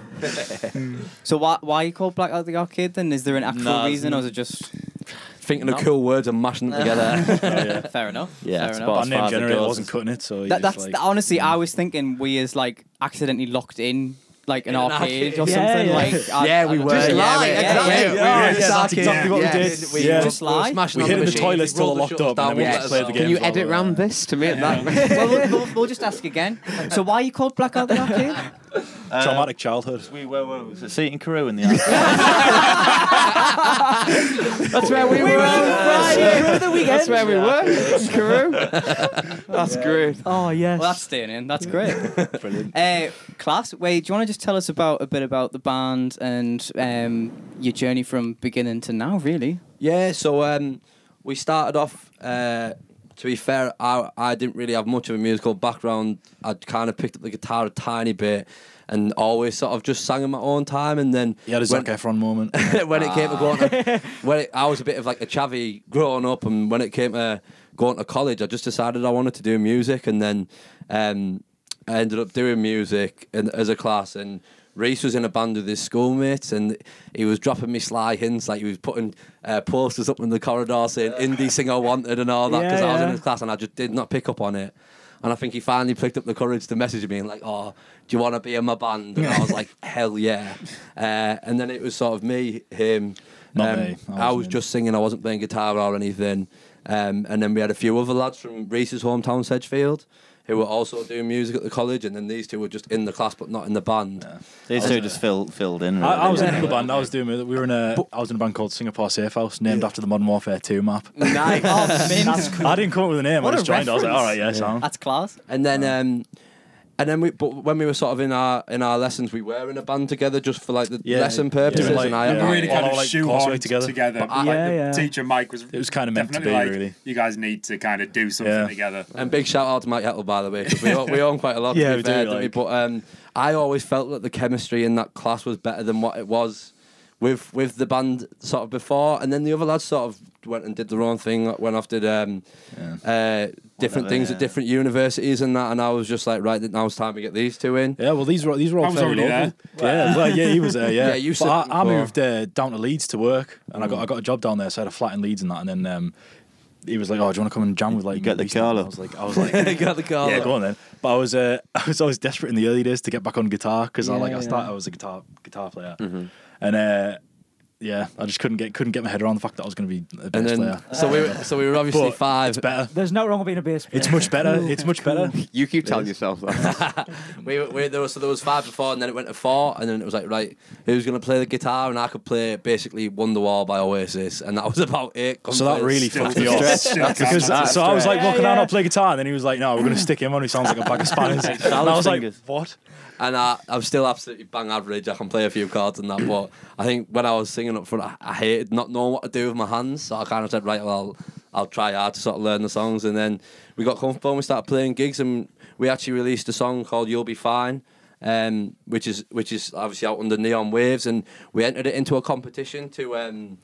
Speaker 1: so why why are you called Blackout the Arcade then? Is there an actual
Speaker 5: No,
Speaker 1: reason, or is it just
Speaker 2: it. thinking
Speaker 5: No.
Speaker 2: of cool words and mashing
Speaker 4: (laughs)
Speaker 2: them (laughs) together.
Speaker 4: "Oh yeah."
Speaker 1: fair enough?
Speaker 5: Yeah,
Speaker 1: fair
Speaker 5: it's
Speaker 1: enough.
Speaker 5: about-
Speaker 4: Our
Speaker 5: as far
Speaker 4: name
Speaker 5: as it
Speaker 4: generator
Speaker 5: goes.
Speaker 4: wasn't cutting it, so he
Speaker 1: That,
Speaker 4: just,
Speaker 1: that's
Speaker 4: like,
Speaker 1: honestly, I was thinking we is like accidentally locked in like an
Speaker 2: In an
Speaker 1: arcade
Speaker 2: arcade.
Speaker 1: or
Speaker 3: Yeah,
Speaker 1: something.
Speaker 3: yeah.
Speaker 1: Like I-
Speaker 2: yeah, we
Speaker 1: I-
Speaker 2: were.
Speaker 1: Just
Speaker 2: yeah,
Speaker 1: lie,
Speaker 2: we-
Speaker 1: yeah,
Speaker 2: exactly.
Speaker 1: yeah, yeah.
Speaker 2: we were,
Speaker 4: Yeah, that's
Speaker 2: exactly
Speaker 4: exactly what we
Speaker 2: yeah.
Speaker 4: did.
Speaker 2: We
Speaker 4: Yeah.
Speaker 2: were
Speaker 1: Just lie.
Speaker 2: smashing
Speaker 4: We
Speaker 2: on
Speaker 4: hid in the
Speaker 2: machine.
Speaker 4: toilets
Speaker 2: We
Speaker 4: till
Speaker 2: rolled
Speaker 4: I locked
Speaker 2: shutters
Speaker 4: up, and then
Speaker 2: down.
Speaker 4: we
Speaker 2: Yeah.
Speaker 4: just played the
Speaker 2: Can
Speaker 4: games
Speaker 7: Can you
Speaker 4: while
Speaker 7: edit
Speaker 4: we're
Speaker 7: round this to make that?
Speaker 1: well, we'll, we'll, we'll just ask again. So why are you called Blackout the Arcade?
Speaker 4: traumatic childhood.
Speaker 5: Uh, we were, were
Speaker 2: (laughs)
Speaker 5: was it Seaton Carew in the (laughs) arcade?
Speaker 1: That's where we, were.
Speaker 3: the weekend.
Speaker 7: That's where we were. Screw. That's great.
Speaker 3: (laughs) Oh yes.
Speaker 1: Well, that's staying in. That's great.
Speaker 4: Brilliant.
Speaker 1: Uh, class, wait, do you want to just tell us about a bit about the band and um, your journey from beginning to now, really?
Speaker 2: Yeah, so um, we started off. Uh, to be fair, I, I didn't really have much of a musical background. I'd kind of picked up the guitar a tiny bit and always sort of just sang in my own time. And then
Speaker 4: He had a
Speaker 2: when-
Speaker 4: Zac Efron moment.
Speaker 2: (laughs) when it came to going
Speaker 3: Ah. (laughs)
Speaker 2: to, when it, I was a bit of like a chavvy growing up, and when it came to going to college, I just decided I wanted to do music, and then um, I ended up doing music in, as a class. And Reese was in a band with his schoolmates, and he was dropping me sly hints, like he was putting uh, posters up in the corridor saying "indie singer wanted" and all that,
Speaker 3: Yeah,
Speaker 2: because I was in
Speaker 3: yeah.
Speaker 2: his class, and I just did not pick up on it. And I think he finally picked up the courage to message me and like, "Oh, do you want to be in my band?" And
Speaker 4: (laughs)
Speaker 2: I was like, "Hell yeah!" Uh, and then it was sort of me, him. um,
Speaker 4: Not me. I
Speaker 2: I was
Speaker 4: wasn't.
Speaker 2: just singing. I wasn't playing guitar or anything. Um, and then we had a few other lads from Reese's hometown, Sedgefield, who were also doing music at the college. And then these two were just in the class but not in the band.
Speaker 5: These two just filled filled in. Really.
Speaker 4: I, I was
Speaker 5: (laughs)
Speaker 4: in another band. I was doing. We were in a. I was in a band called Singapore Safe House, named after the Modern Warfare Two map.
Speaker 1: (laughs)
Speaker 2: Nice.
Speaker 3: That's cool.
Speaker 4: I didn't come up with a name.
Speaker 1: What
Speaker 4: I
Speaker 1: a
Speaker 4: just joined. I was like,
Speaker 1: reference.
Speaker 4: all right, yeah, sound.
Speaker 1: That's class.
Speaker 2: And then, um, and then we, but when we were sort of in our in our lessons, we were in a band together just for like the
Speaker 4: Yeah,
Speaker 2: lesson
Speaker 4: yeah.
Speaker 2: purposes.
Speaker 4: Doing, like,
Speaker 2: and I,
Speaker 4: Yeah.
Speaker 6: And we really
Speaker 4: All
Speaker 6: kind
Speaker 4: our,
Speaker 6: of
Speaker 4: like,
Speaker 6: shoehorned
Speaker 4: classmates
Speaker 6: together.
Speaker 4: together.
Speaker 6: together.
Speaker 2: I-
Speaker 6: Like,
Speaker 3: Yeah,
Speaker 6: the
Speaker 3: yeah.
Speaker 6: Teacher Mike was. It
Speaker 4: was kinda meant to
Speaker 6: definitely
Speaker 4: be,
Speaker 6: like,
Speaker 4: really.
Speaker 6: You guys need to kind of do something
Speaker 4: Yeah.
Speaker 6: together.
Speaker 2: and big shout out to Mike Hettle, by the way, 'cause we own, we own quite a lot.
Speaker 4: (laughs)
Speaker 2: to
Speaker 4: Yeah,
Speaker 2: be
Speaker 4: we do,
Speaker 2: fair, don't we?
Speaker 4: like-
Speaker 2: But um, I always felt that the chemistry in that class was better than what it was with with the band sort of before. And then the other lads sort of went and did their own thing. Went off did um, uh, different
Speaker 4: Whatever,
Speaker 2: things
Speaker 4: yeah.
Speaker 2: at different universities and that. And I was just like, right, now it's time to get these two in.
Speaker 4: Yeah, well, these were these were all
Speaker 6: I was
Speaker 4: fairly
Speaker 6: already
Speaker 4: local. Yeah, well, yeah, he was there. Yeah,
Speaker 2: (laughs) Yeah, you
Speaker 4: But I,
Speaker 2: said
Speaker 4: I
Speaker 2: before. Mm.
Speaker 4: moved uh, down to Leeds to work, and I got I got a job down there, so I had a flat in Leeds and that. And then um, he was like, "Oh, do you want to come and jam with like?"
Speaker 5: You got the
Speaker 4: Reece and that?"
Speaker 5: Carlo.
Speaker 4: I was like, I
Speaker 2: (laughs)
Speaker 4: was like,
Speaker 2: Got the car.
Speaker 4: yeah, go on then. But I was uh, (laughs) I was always desperate in the early days to get back on guitar because I like
Speaker 3: Yeah,
Speaker 4: I
Speaker 3: yeah.
Speaker 4: started I was a guitar guitar player,
Speaker 2: Mm-hmm.
Speaker 4: and uh, yeah, I just couldn't get couldn't get my head around the fact that I was going to be a bass
Speaker 2: and then
Speaker 4: player.
Speaker 2: so we were, so we were obviously
Speaker 4: But
Speaker 2: five. uh,
Speaker 4: It's better.
Speaker 3: There's no wrong with being a bass player.
Speaker 4: It's much better.
Speaker 3: (laughs)
Speaker 4: It's much better.
Speaker 7: You keep telling yourself
Speaker 8: (laughs)
Speaker 7: that.
Speaker 2: We, we there was so there was five before, and then it went to four, and then it was like right, who's gonna play the guitar? And I could play basically Wonderwall by Oasis, and that was (laughs) about it.
Speaker 4: So that really
Speaker 6: Still
Speaker 4: fucked me off.
Speaker 6: stressed. Still
Speaker 4: Because
Speaker 6: can't-
Speaker 4: so I was like
Speaker 3: Yeah,
Speaker 4: walking down,
Speaker 3: yeah.
Speaker 4: I'll play guitar, and then he was like, "No, we're going to stick him on. He sounds like a bag of spanners." and I was like,
Speaker 5: fingers.
Speaker 4: "What?"
Speaker 2: and I, I'm still absolutely bang average. I can play a few chords and that, but I think when I was singing up front, I, I hated not knowing what to do with my hands. So I kind of said, right, well, I'll, I'll try hard to sort of learn the songs. And then we got comfortable and we started playing gigs, and we actually released a song called "You'll Be Fine." Um, which is which is obviously out under neon waves, and we entered it into a competition to um,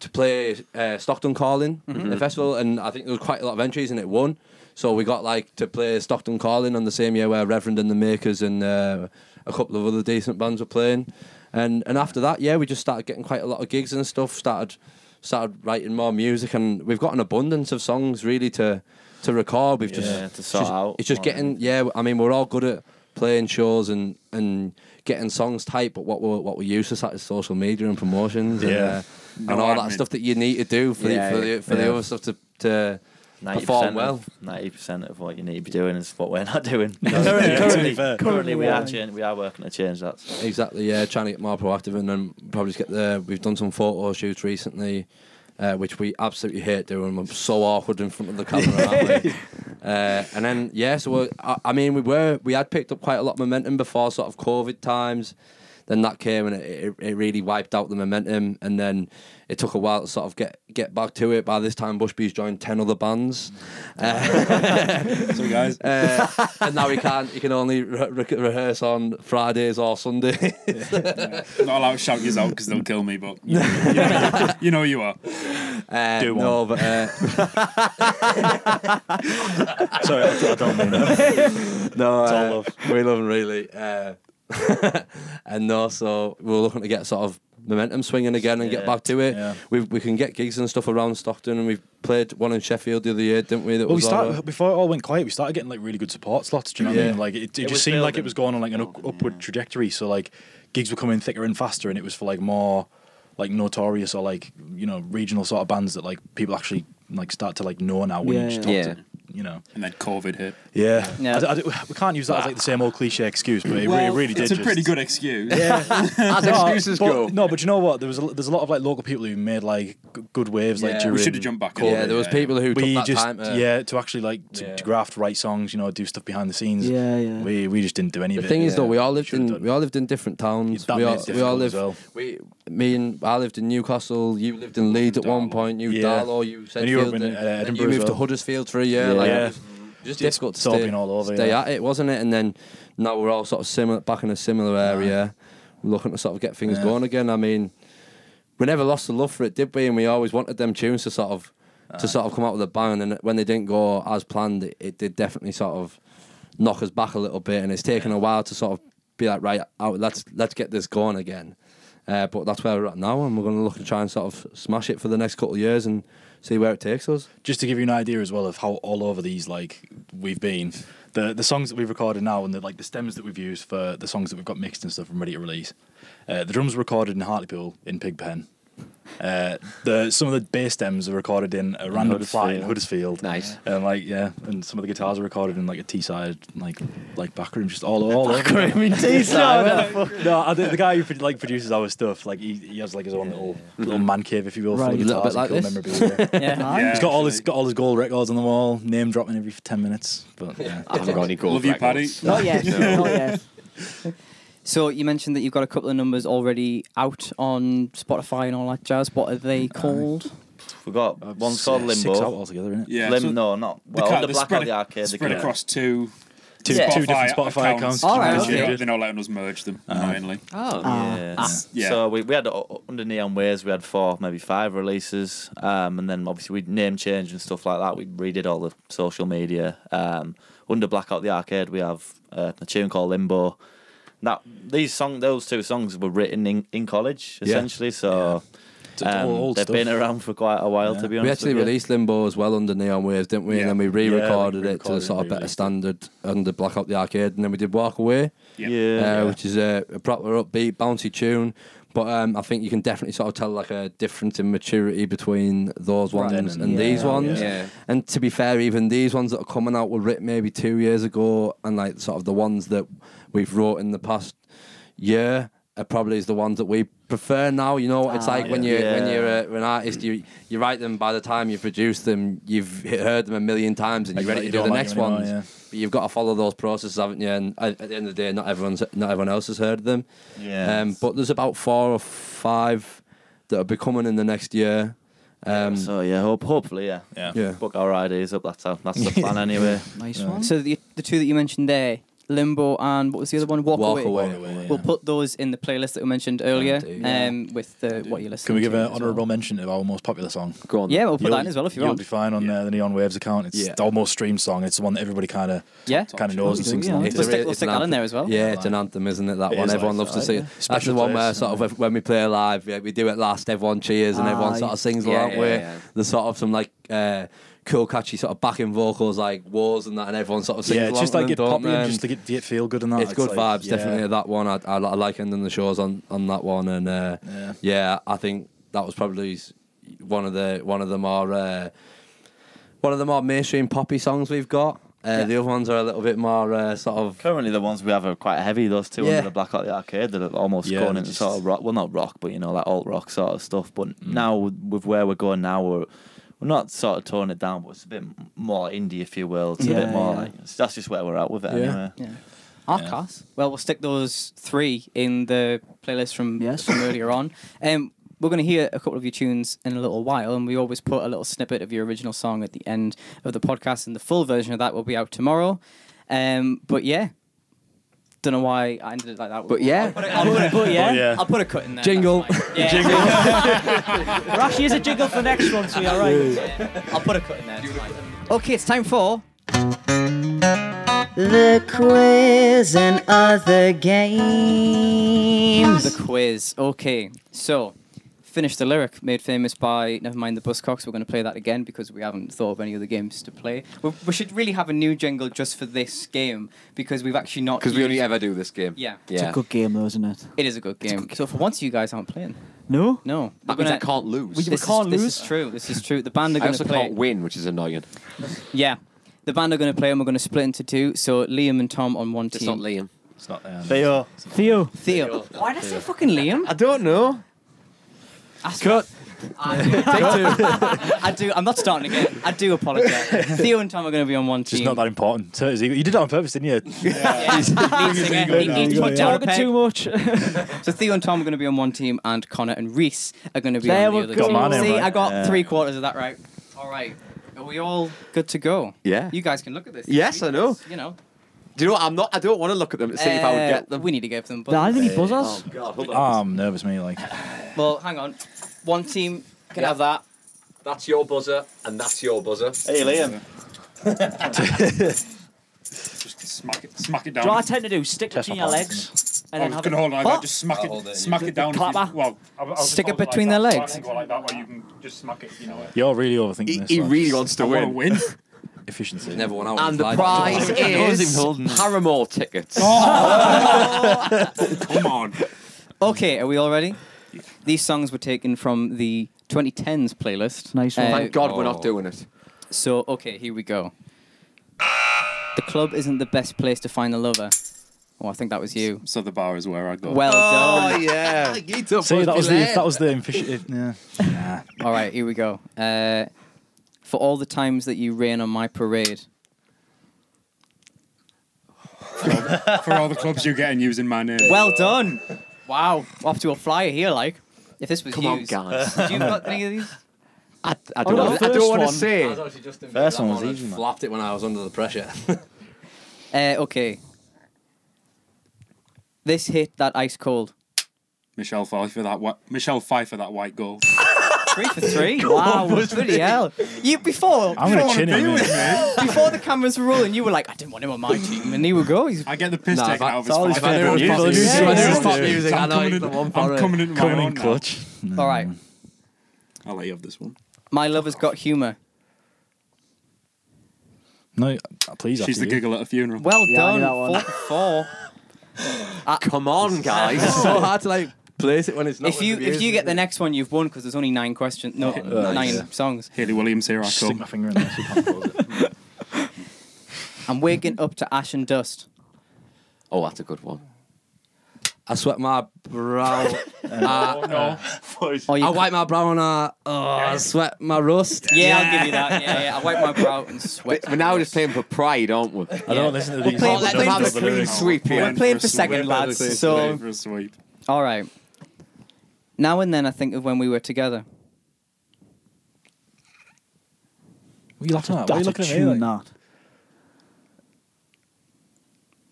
Speaker 2: to play uh, Stockton Calling
Speaker 5: Mm-hmm.
Speaker 2: the festival, and I think there was quite a lot of entries, and it won. So we got like to play Stockton Calling on the same year where Reverend and the Makers and uh, a couple of other decent bands were playing, and and after that, yeah, we just started getting quite a lot of gigs and stuff. Started started writing more music, and we've got an abundance of songs really to to record. We've just
Speaker 5: Yeah, to
Speaker 2: it's
Speaker 5: sort
Speaker 2: just-
Speaker 5: out
Speaker 2: It's just
Speaker 5: more
Speaker 2: getting
Speaker 5: than-
Speaker 2: yeah. I mean, we're all good at playing shows and and getting songs tight, but what we're what we're useless at is social media and promotions. And,
Speaker 4: Yeah.
Speaker 2: uh, and all that
Speaker 6: admin.
Speaker 2: stuff that you need to do for
Speaker 1: Yeah,
Speaker 2: the, for, the, for
Speaker 4: yeah.
Speaker 2: the other stuff to, to perform well.
Speaker 5: Ninety percent of what you need to be doing is what we're
Speaker 2: (laughs)
Speaker 5: not doing.
Speaker 4: Currently-
Speaker 5: currently,
Speaker 4: currently- fair.
Speaker 5: currently we are
Speaker 3: currently.
Speaker 5: change, we are working to change that. so.
Speaker 2: Exactly, yeah. Trying to get more proactive and then probably just get there. We've done some photo shoots recently, uh, which we absolutely hate doing. We're so awkward in front of the camera, aren't we? Uh, and then yeah, so we're, I, I mean, we were we had picked up quite a lot of momentum before sort of COVID times. Then that came and it, it, it really wiped out the momentum. And then it took a while to sort of get get back to it. By this time, Bushby's joined ten other bands.
Speaker 6: So guys,
Speaker 2: (laughs) Uh, and now he can't. He can only re- re- rehearse on Fridays or Sundays.
Speaker 6: I'm not allowed to shout yours out because they'll kill me, but
Speaker 2: (laughs)
Speaker 6: you know, you, know, you, know you are.
Speaker 2: Uh, (laughs)
Speaker 4: Do
Speaker 2: no, but uh,
Speaker 4: Sorry, I I don't mean that.
Speaker 2: no,
Speaker 4: all
Speaker 2: uh,
Speaker 4: love.
Speaker 2: (laughs) we love him really. Uh, (laughs) and no, so we're looking to get sort of momentum swinging again and get
Speaker 5: Yeah.
Speaker 2: back to it.
Speaker 4: Yeah.
Speaker 2: We we can get gigs and stuff around Stockton, and we played one in Sheffield the other year, didn't we? That
Speaker 4: Well, we
Speaker 2: was uh, all
Speaker 4: started
Speaker 2: right.
Speaker 4: before it all went quiet. We started getting like really good support slots. Do you know what I
Speaker 2: Yeah.
Speaker 4: mean? Like it, it,
Speaker 5: was
Speaker 4: just seemed like
Speaker 5: building.
Speaker 4: it was going on like an up- upward trajectory. So like gigs were coming thicker and faster, and it was for like more like notorious or like you know regional sort of bands that like people actually like start to like know now when
Speaker 3: Yeah,
Speaker 4: you just talk
Speaker 1: yeah.
Speaker 4: to you know.
Speaker 6: And then COVID hit.
Speaker 4: Yeah,
Speaker 1: Yeah.
Speaker 4: I d- I d- we can't use that as like the same old cliche excuse, but it, re- it really did.
Speaker 6: it's a
Speaker 4: just-
Speaker 6: pretty good excuse. (laughs)
Speaker 7: As
Speaker 4: (laughs)
Speaker 7: excuses
Speaker 4: but,
Speaker 7: go.
Speaker 4: No, but you know what? There was a, there's a lot of like local people who made like g- good waves. Like
Speaker 2: Yeah. We
Speaker 4: during
Speaker 6: We should have jumped back. in.
Speaker 2: yeah, there was people who took
Speaker 4: We
Speaker 2: that
Speaker 4: just
Speaker 2: time. uh, To,
Speaker 4: yeah to actually like to,
Speaker 2: Yeah.
Speaker 4: to graft, write songs, you know, do stuff behind the scenes.
Speaker 3: Yeah, yeah.
Speaker 4: We we just didn't do any
Speaker 2: The
Speaker 4: of it.
Speaker 2: thing is, though, we all lived
Speaker 4: Should've
Speaker 2: in
Speaker 4: done.
Speaker 2: we all lived in different towns.
Speaker 4: That
Speaker 2: we all,
Speaker 4: makes it
Speaker 2: we all
Speaker 4: difficult as
Speaker 2: lived.
Speaker 4: well.
Speaker 2: We, me and I lived in Newcastle. You lived in Leeds at one
Speaker 6: Darlow.
Speaker 2: point. You
Speaker 4: Yeah.
Speaker 2: Darlow. You Sedgefield.
Speaker 4: And you were up in, uh,
Speaker 2: then
Speaker 4: Edinburgh
Speaker 2: you
Speaker 4: as
Speaker 2: moved to
Speaker 4: well.
Speaker 2: Huddersfield for a year.
Speaker 5: Yeah.
Speaker 2: Like,
Speaker 4: Yeah.
Speaker 2: it was Just difficult to
Speaker 4: it's all
Speaker 2: stay,
Speaker 4: been all over,
Speaker 2: stay
Speaker 4: yeah.
Speaker 2: at it, wasn't it? And then now we're all sort of similar, back in a similar area, looking to sort of get things
Speaker 4: Yeah.
Speaker 2: going again. I mean, we never lost the love for it, did we? And we always wanted them tunes to sort of to sort of come out with a bang. And when they didn't go as planned, it, it did definitely sort of knock us back a little bit. And it's taken a while to sort of be like, right, out, let's let's get this going again. Uh, but that's where we're at now, and we're going to look to try and sort of smash it for the next couple of years and see where it takes us.
Speaker 4: just to give you an idea as well of how all over these like we've been the the songs that we've recorded now and the like the stems that we've used for the songs that we've got mixed and stuff and ready to release uh, the drums were recorded in hartlepool in pigpen Uh, the some of the bass stems are recorded in a random flat in Huddersfield.
Speaker 2: Nice.
Speaker 4: And like yeah, and some of the guitars are recorded in like a Teesside like like back room, just all all over. I mean Teesside. no, no, (laughs) no, I think the guy who pro- like produces our stuff, like he, he has like his own little little man cave, if you will, full of
Speaker 3: Right. A
Speaker 2: little bit
Speaker 4: guitars and
Speaker 2: like
Speaker 4: cool
Speaker 2: this.
Speaker 4: memorabilia.
Speaker 1: Yeah.
Speaker 3: Nice.
Speaker 6: Yeah.
Speaker 4: He's got all his got all his gold records on the wall, name dropping every ten minutes. But yeah,
Speaker 8: I haven't got any gold
Speaker 6: Love you, Paddy.
Speaker 8: records. (laughs)
Speaker 3: Not yet.
Speaker 8: No.
Speaker 3: Not yet.
Speaker 1: (laughs) So you mentioned that you've got a couple of numbers already out on Spotify and all that jazz. What are they called?
Speaker 5: We've got one's called
Speaker 4: Six
Speaker 5: Limbo.
Speaker 4: out altogether, innit?
Speaker 6: Yeah.
Speaker 5: Lim-
Speaker 6: so
Speaker 5: no, not
Speaker 6: the
Speaker 5: well.
Speaker 6: cut-
Speaker 5: The,
Speaker 6: the
Speaker 5: Black
Speaker 6: spread,
Speaker 5: or the Arcade.
Speaker 6: spread
Speaker 5: the
Speaker 6: across two,
Speaker 4: Two-
Speaker 6: Spotify
Speaker 4: two different Spotify accounts. Uh-huh.
Speaker 3: All right,
Speaker 6: They're
Speaker 3: okay.
Speaker 6: not- They're not letting us merge them, annoyingly.
Speaker 2: Oh.
Speaker 3: Ah,
Speaker 5: Yeah.
Speaker 6: Ah. Yeah.
Speaker 5: So we, we had uh, under Neon Ways, we had four, maybe five releases, um, and then obviously we name change and stuff like that. We redid all the social media. Um, under Blackout the Arcade, we have uh, a tune called Limbo. That these song, those two songs were written in, in college
Speaker 2: Yeah.
Speaker 5: essentially. So
Speaker 4: It's all
Speaker 5: um,
Speaker 4: old
Speaker 5: they've
Speaker 4: stuff.
Speaker 5: been around for quite a while. To be
Speaker 2: We
Speaker 5: honest,
Speaker 2: actually
Speaker 5: with you.
Speaker 2: released Limbo as well under Neon Waves, didn't we?
Speaker 4: Yeah.
Speaker 2: And then we re-recorded
Speaker 4: Yeah, we
Speaker 2: it to the
Speaker 4: re-recorded
Speaker 2: sort of
Speaker 4: and
Speaker 2: better
Speaker 4: re-released it.
Speaker 2: standard under Blackout the Arcade, and then we did Walk Away,
Speaker 6: Yeah.
Speaker 2: uh,
Speaker 5: Yeah.
Speaker 2: which is a, a proper upbeat, bouncy tune. But um, I think you can definitely sort of tell like a difference in maturity between those ones
Speaker 4: and-
Speaker 2: and
Speaker 4: yeah,
Speaker 2: these
Speaker 4: yeah.
Speaker 2: ones.
Speaker 8: Yeah.
Speaker 2: And to be fair, even these ones that are coming out were written maybe two years ago, and like sort of the ones that we've wrote in the past year are probably is the ones that we prefer now. You know, what it's
Speaker 3: Ah,
Speaker 2: like when
Speaker 5: yeah.
Speaker 2: you when
Speaker 5: Yeah.
Speaker 2: you're a, an artist, you you write them by the time you produce them, you've he- heard them a million times, and
Speaker 4: Like,
Speaker 2: you're ready
Speaker 4: you
Speaker 2: to do
Speaker 4: don't
Speaker 2: the
Speaker 4: like
Speaker 2: next
Speaker 4: them anymore,
Speaker 2: ones.
Speaker 4: yeah.
Speaker 2: But you've got to follow those processes, haven't you? And at at the end of the day, not everyone's not everyone else has heard them.
Speaker 5: Yeah.
Speaker 2: Um, but there's about four or five that will be coming in the next year. Um,
Speaker 5: so yeah, hope, hopefully yeah.
Speaker 4: Yeah.
Speaker 2: yeah.
Speaker 5: Book our ideas up. That's how, that's the
Speaker 2: (laughs)
Speaker 5: plan anyway.
Speaker 3: Nice one.
Speaker 1: So the the two that you mentioned there, Limbo and what was the other one? Walk,
Speaker 2: Walk
Speaker 1: Away.
Speaker 2: away.
Speaker 1: We'll put those in the playlist that we mentioned earlier
Speaker 2: Indeed.
Speaker 1: um, with the, what you listen
Speaker 4: Can we give
Speaker 1: to
Speaker 4: an
Speaker 1: as well.
Speaker 4: honourable mention of our most popular song?
Speaker 8: Go on.
Speaker 1: Yeah, we'll put
Speaker 4: You'll-
Speaker 1: that in as well if you
Speaker 4: You'll
Speaker 1: want.
Speaker 4: be fine on uh, the Neon Waves account. It's
Speaker 2: Yeah.
Speaker 4: the almost streamed song. It's the one that everybody kind of
Speaker 1: Yeah.
Speaker 4: kind of knows and
Speaker 3: Oh,
Speaker 4: sings
Speaker 3: yeah.
Speaker 4: along
Speaker 1: We'll
Speaker 2: It's a
Speaker 4: to.
Speaker 1: stick,
Speaker 2: real-
Speaker 1: we'll
Speaker 2: it's
Speaker 1: stick
Speaker 2: an
Speaker 1: that in
Speaker 2: anthem.
Speaker 1: there as well.
Speaker 2: Yeah, it's an anthem, isn't it? That
Speaker 4: It
Speaker 2: one
Speaker 4: is
Speaker 2: everyone
Speaker 4: like
Speaker 2: loves
Speaker 4: that,
Speaker 2: to sing.
Speaker 4: yeah.
Speaker 2: That's the
Speaker 4: Special
Speaker 2: one
Speaker 4: place,
Speaker 2: where sort of when we play live, yeah, we do it last. Everyone cheers and everyone
Speaker 3: Aye.
Speaker 2: sort of sings
Speaker 8: Yeah,
Speaker 2: along
Speaker 8: yeah,
Speaker 2: with
Speaker 8: yeah.
Speaker 2: the sort of some like uh, cool, catchy sort of backing vocals like wars and that, and everyone sort of sings
Speaker 4: Yeah, it's
Speaker 2: along
Speaker 4: just
Speaker 2: with
Speaker 4: like
Speaker 2: them,
Speaker 4: it
Speaker 2: don't
Speaker 4: poppy
Speaker 2: they?
Speaker 4: and just to get, to get feel good and that.
Speaker 2: it's good
Speaker 4: Oh, like,
Speaker 2: vibes,
Speaker 4: yeah.
Speaker 2: definitely. That one, I, I, I like ending the shows on, on that one, and uh,
Speaker 4: Yeah.
Speaker 2: yeah. I think that was probably s- one of the one of the more uh, one of the more mainstream poppy songs we've got. Uh, The other ones are a little bit more uh, sort of
Speaker 5: Currently, the ones we have are quite heavy. Those two
Speaker 2: Yeah.
Speaker 5: under the Blackout the Arcade, they're almost
Speaker 4: Yeah,
Speaker 5: going
Speaker 4: they're
Speaker 5: into
Speaker 4: just-
Speaker 5: sort of rock. Well, not rock, but you know, like alt rock sort of stuff. But
Speaker 8: Mm.
Speaker 5: now with where we're going now, we're we're not sort of toning it down, but it's a bit m- more indie, if you will. It's a
Speaker 3: Yeah,
Speaker 5: bit more
Speaker 3: yeah.
Speaker 5: like that's just where we're at with it
Speaker 2: Yeah.
Speaker 5: anyway.
Speaker 1: Yeah. Ah,
Speaker 4: Yeah.
Speaker 1: class. Well, we'll stick those three in the playlist from,
Speaker 3: Yes.
Speaker 1: from earlier on. Um, we're going to hear a couple of your tunes in a little while, and we always put a little snippet of your original song at the end of the podcast, and the full version of that will be out tomorrow. Um, but yeah, don't know why I ended it like that.
Speaker 8: But yeah.
Speaker 1: I'll put, a, I'll, put a, but yeah,
Speaker 4: yeah.
Speaker 1: I'll put a cut in there.
Speaker 2: Jingle.
Speaker 1: that's fine. Yeah, (laughs)
Speaker 3: There actually is a jingle for the next one, so you're all right.
Speaker 1: I'll put a cut in there. it's fine. Okay, it's time for
Speaker 9: The quiz and other games.
Speaker 1: The quiz. Okay, so finish the lyric made famous by Nevermind the Buzzcocks. We're going to play that again because we haven't thought of any other games to play. We, we should really have a new jingle just for this game because we've actually not.
Speaker 8: Because we only
Speaker 1: used-
Speaker 8: ever do this game.
Speaker 1: Yeah.
Speaker 3: It's
Speaker 8: Yeah.
Speaker 3: a good game, though, isn't it?
Speaker 1: It is a good game. So for once, you guys aren't playing.
Speaker 3: No.
Speaker 1: No, we're
Speaker 8: That means
Speaker 1: gonna-
Speaker 8: I can't lose.
Speaker 1: this is-
Speaker 3: can't
Speaker 1: This
Speaker 3: lose.
Speaker 1: is true. This is true. The band are
Speaker 8: I
Speaker 1: going to
Speaker 8: also
Speaker 1: play.
Speaker 8: can't win, which is annoying.
Speaker 1: Yeah, the band are going to play, and we're going to split into two. So Liam and Tom on one
Speaker 8: It's
Speaker 1: team.
Speaker 8: not Liam.
Speaker 4: It's not um, there.
Speaker 5: Theo,
Speaker 3: Theo.
Speaker 1: Theo. Why did I say fucking Liam?
Speaker 8: I don't know.
Speaker 1: Cut. I (laughs) do. I do. I'm not starting again. I do apologise. Theo and Tom are going to be on one
Speaker 4: It's just
Speaker 1: team.
Speaker 4: not that important. So is he- you did that on purpose, didn't you?
Speaker 1: Yeah. Lead singer, lead- lead
Speaker 3: He's
Speaker 1: singer,
Speaker 3: not
Speaker 1: Dara
Speaker 3: talking
Speaker 1: Peck.
Speaker 3: too much. (laughs)
Speaker 1: So Theo and Tom are going to be on one team, and Connor and Reese are going to be
Speaker 3: There
Speaker 1: on the
Speaker 3: we
Speaker 1: other
Speaker 3: go.
Speaker 1: team.
Speaker 4: Got my name
Speaker 1: See,
Speaker 4: right.
Speaker 1: I got
Speaker 4: Yeah.
Speaker 1: three quarters of that right. All right. Are we all good to go?
Speaker 8: Yeah.
Speaker 1: You guys can look at this.
Speaker 8: Yes, I know.
Speaker 1: You know.
Speaker 8: Do you know what? I'm not. I don't want to look at them and see if I
Speaker 1: Uh,
Speaker 8: would get them.
Speaker 1: We need to give them. But
Speaker 3: Nah, I think he buzzers.
Speaker 8: God, hold
Speaker 4: Ah, I'm nervous, me. Like,
Speaker 1: Well, hang on. One team can
Speaker 8: Yeah.
Speaker 1: have that.
Speaker 8: That's your buzzer, and that's your buzzer.
Speaker 5: hey Liam,
Speaker 6: Just smack it, smack it down.
Speaker 3: Do what I tend to do? Stick between your legs. And
Speaker 6: I
Speaker 3: then
Speaker 6: was
Speaker 3: have
Speaker 6: going to hold it like
Speaker 3: What?
Speaker 6: that. Just smack
Speaker 2: I'll hold
Speaker 6: it,
Speaker 2: it,
Speaker 6: smack it down. if you-
Speaker 3: clapper.
Speaker 6: Well, I'll- I'll just
Speaker 1: Stick it
Speaker 6: hold like
Speaker 1: between
Speaker 6: that.
Speaker 1: their
Speaker 6: So I
Speaker 1: legs.
Speaker 6: can go like that, where you can just smack it, you know.
Speaker 4: you're really overthinking
Speaker 8: He,
Speaker 4: this.
Speaker 8: he
Speaker 4: like,
Speaker 8: really wants
Speaker 6: I
Speaker 8: to
Speaker 6: want to
Speaker 8: win.
Speaker 6: win. (laughs)
Speaker 4: efficiency.
Speaker 2: never won out.
Speaker 8: And the
Speaker 2: Like- (laughs)
Speaker 8: prize is Paramore tickets. (laughs)
Speaker 6: Come on.
Speaker 1: Okay, are we all ready? These songs were taken from the 2010s playlist. Uh,
Speaker 3: Nice one.
Speaker 8: Thank God we're not doing it.
Speaker 1: So, okay, here we go. The club isn't the best place to find a lover. Oh, I think that was you.
Speaker 6: So the bar is where I go.
Speaker 1: Well
Speaker 8: Oh,
Speaker 1: done.
Speaker 2: yeah.
Speaker 4: See, that was the if that was the official. Yeah. Nah.
Speaker 1: All right, here we go. Uh, for all the times that you rain on my parade.
Speaker 6: for all the clubs you're getting using my name.
Speaker 1: Well done. Wow, off to a flyer here, like. If this was
Speaker 8: Come on,
Speaker 1: used.
Speaker 8: guys.
Speaker 1: Do you got any of these?
Speaker 8: I, I
Speaker 3: Oh,
Speaker 8: don't,
Speaker 3: no,
Speaker 8: wanna- I
Speaker 3: first
Speaker 8: don't want
Speaker 3: one.
Speaker 8: to (laughs) say.
Speaker 2: First
Speaker 5: one was easy, man.
Speaker 2: Flapped it when I was under the pressure.
Speaker 1: Uh, okay. This hit that ice cold.
Speaker 6: Michelle Pfeiffer, that white Michelle Pfeiffer, that white goal.
Speaker 1: Three for three. wow, bloody hell! You before
Speaker 4: I'm gonna chin him. man.
Speaker 1: before the cameras were rolling, you were like, "I didn't want him on my team," and here we go. He's
Speaker 6: I get the piss
Speaker 2: Nah,
Speaker 6: taken
Speaker 2: if I-
Speaker 6: out of
Speaker 4: it's all
Speaker 6: his
Speaker 4: his favourite
Speaker 6: I'm
Speaker 2: If
Speaker 4: music.
Speaker 2: I
Speaker 4: Yeah.
Speaker 2: do
Speaker 4: Yeah.
Speaker 2: pop
Speaker 4: Yeah.
Speaker 2: music, I know
Speaker 6: coming
Speaker 2: it's
Speaker 6: in-
Speaker 2: the one for
Speaker 6: I'm
Speaker 2: it.
Speaker 6: coming into my
Speaker 4: Coming
Speaker 6: own
Speaker 4: in
Speaker 6: now.
Speaker 4: clutch.
Speaker 1: all right.
Speaker 6: I'll let you have this one.
Speaker 1: My lover's got humour.
Speaker 4: No, please.
Speaker 6: She's
Speaker 4: after
Speaker 6: the
Speaker 4: you.
Speaker 6: giggle at a funeral.
Speaker 1: Well
Speaker 3: Yeah, I
Speaker 1: done.
Speaker 3: knew that
Speaker 1: Four
Speaker 3: one.
Speaker 1: for four.
Speaker 8: Come
Speaker 1: (laughs)
Speaker 8: on, guys.
Speaker 2: It's so hard to like place it when it's not.
Speaker 1: if
Speaker 2: with
Speaker 1: you
Speaker 2: the
Speaker 1: if
Speaker 2: music,
Speaker 1: you get the
Speaker 2: isn't it?
Speaker 1: next one, you've won because there's only nine questions. No,
Speaker 4: nice.
Speaker 1: nine songs.
Speaker 6: Haley Williams here I
Speaker 4: Stick my
Speaker 6: come.
Speaker 4: finger in there. so you can't close it.
Speaker 1: I'm waking up to ash and dust.
Speaker 8: Oh, that's a good one.
Speaker 2: I sweat my brow. (laughs) uh,
Speaker 1: Oh, you
Speaker 2: I wipe my brow and I, oh, I sweat my rust.
Speaker 1: yeah, I'll give you that. Yeah, yeah. I wipe my brow and
Speaker 8: (laughs)
Speaker 1: sweat.
Speaker 8: But, we're now just playing for pride, aren't we?
Speaker 4: I don't listen to these.
Speaker 1: playing-
Speaker 4: songs,
Speaker 1: we're
Speaker 4: I don't
Speaker 1: playing
Speaker 4: know
Speaker 1: for
Speaker 4: the
Speaker 8: clean
Speaker 4: lyrics.
Speaker 8: sweep here.
Speaker 1: We're playing for
Speaker 6: We're
Speaker 1: second,
Speaker 6: playing
Speaker 2: for a
Speaker 1: lads.
Speaker 6: Play
Speaker 1: So
Speaker 6: for a sweep.
Speaker 1: all right. Now and then I think of when we were together.
Speaker 4: What are you laughing at? Why are you
Speaker 3: That's a
Speaker 4: looking at me? like-
Speaker 3: tune, that.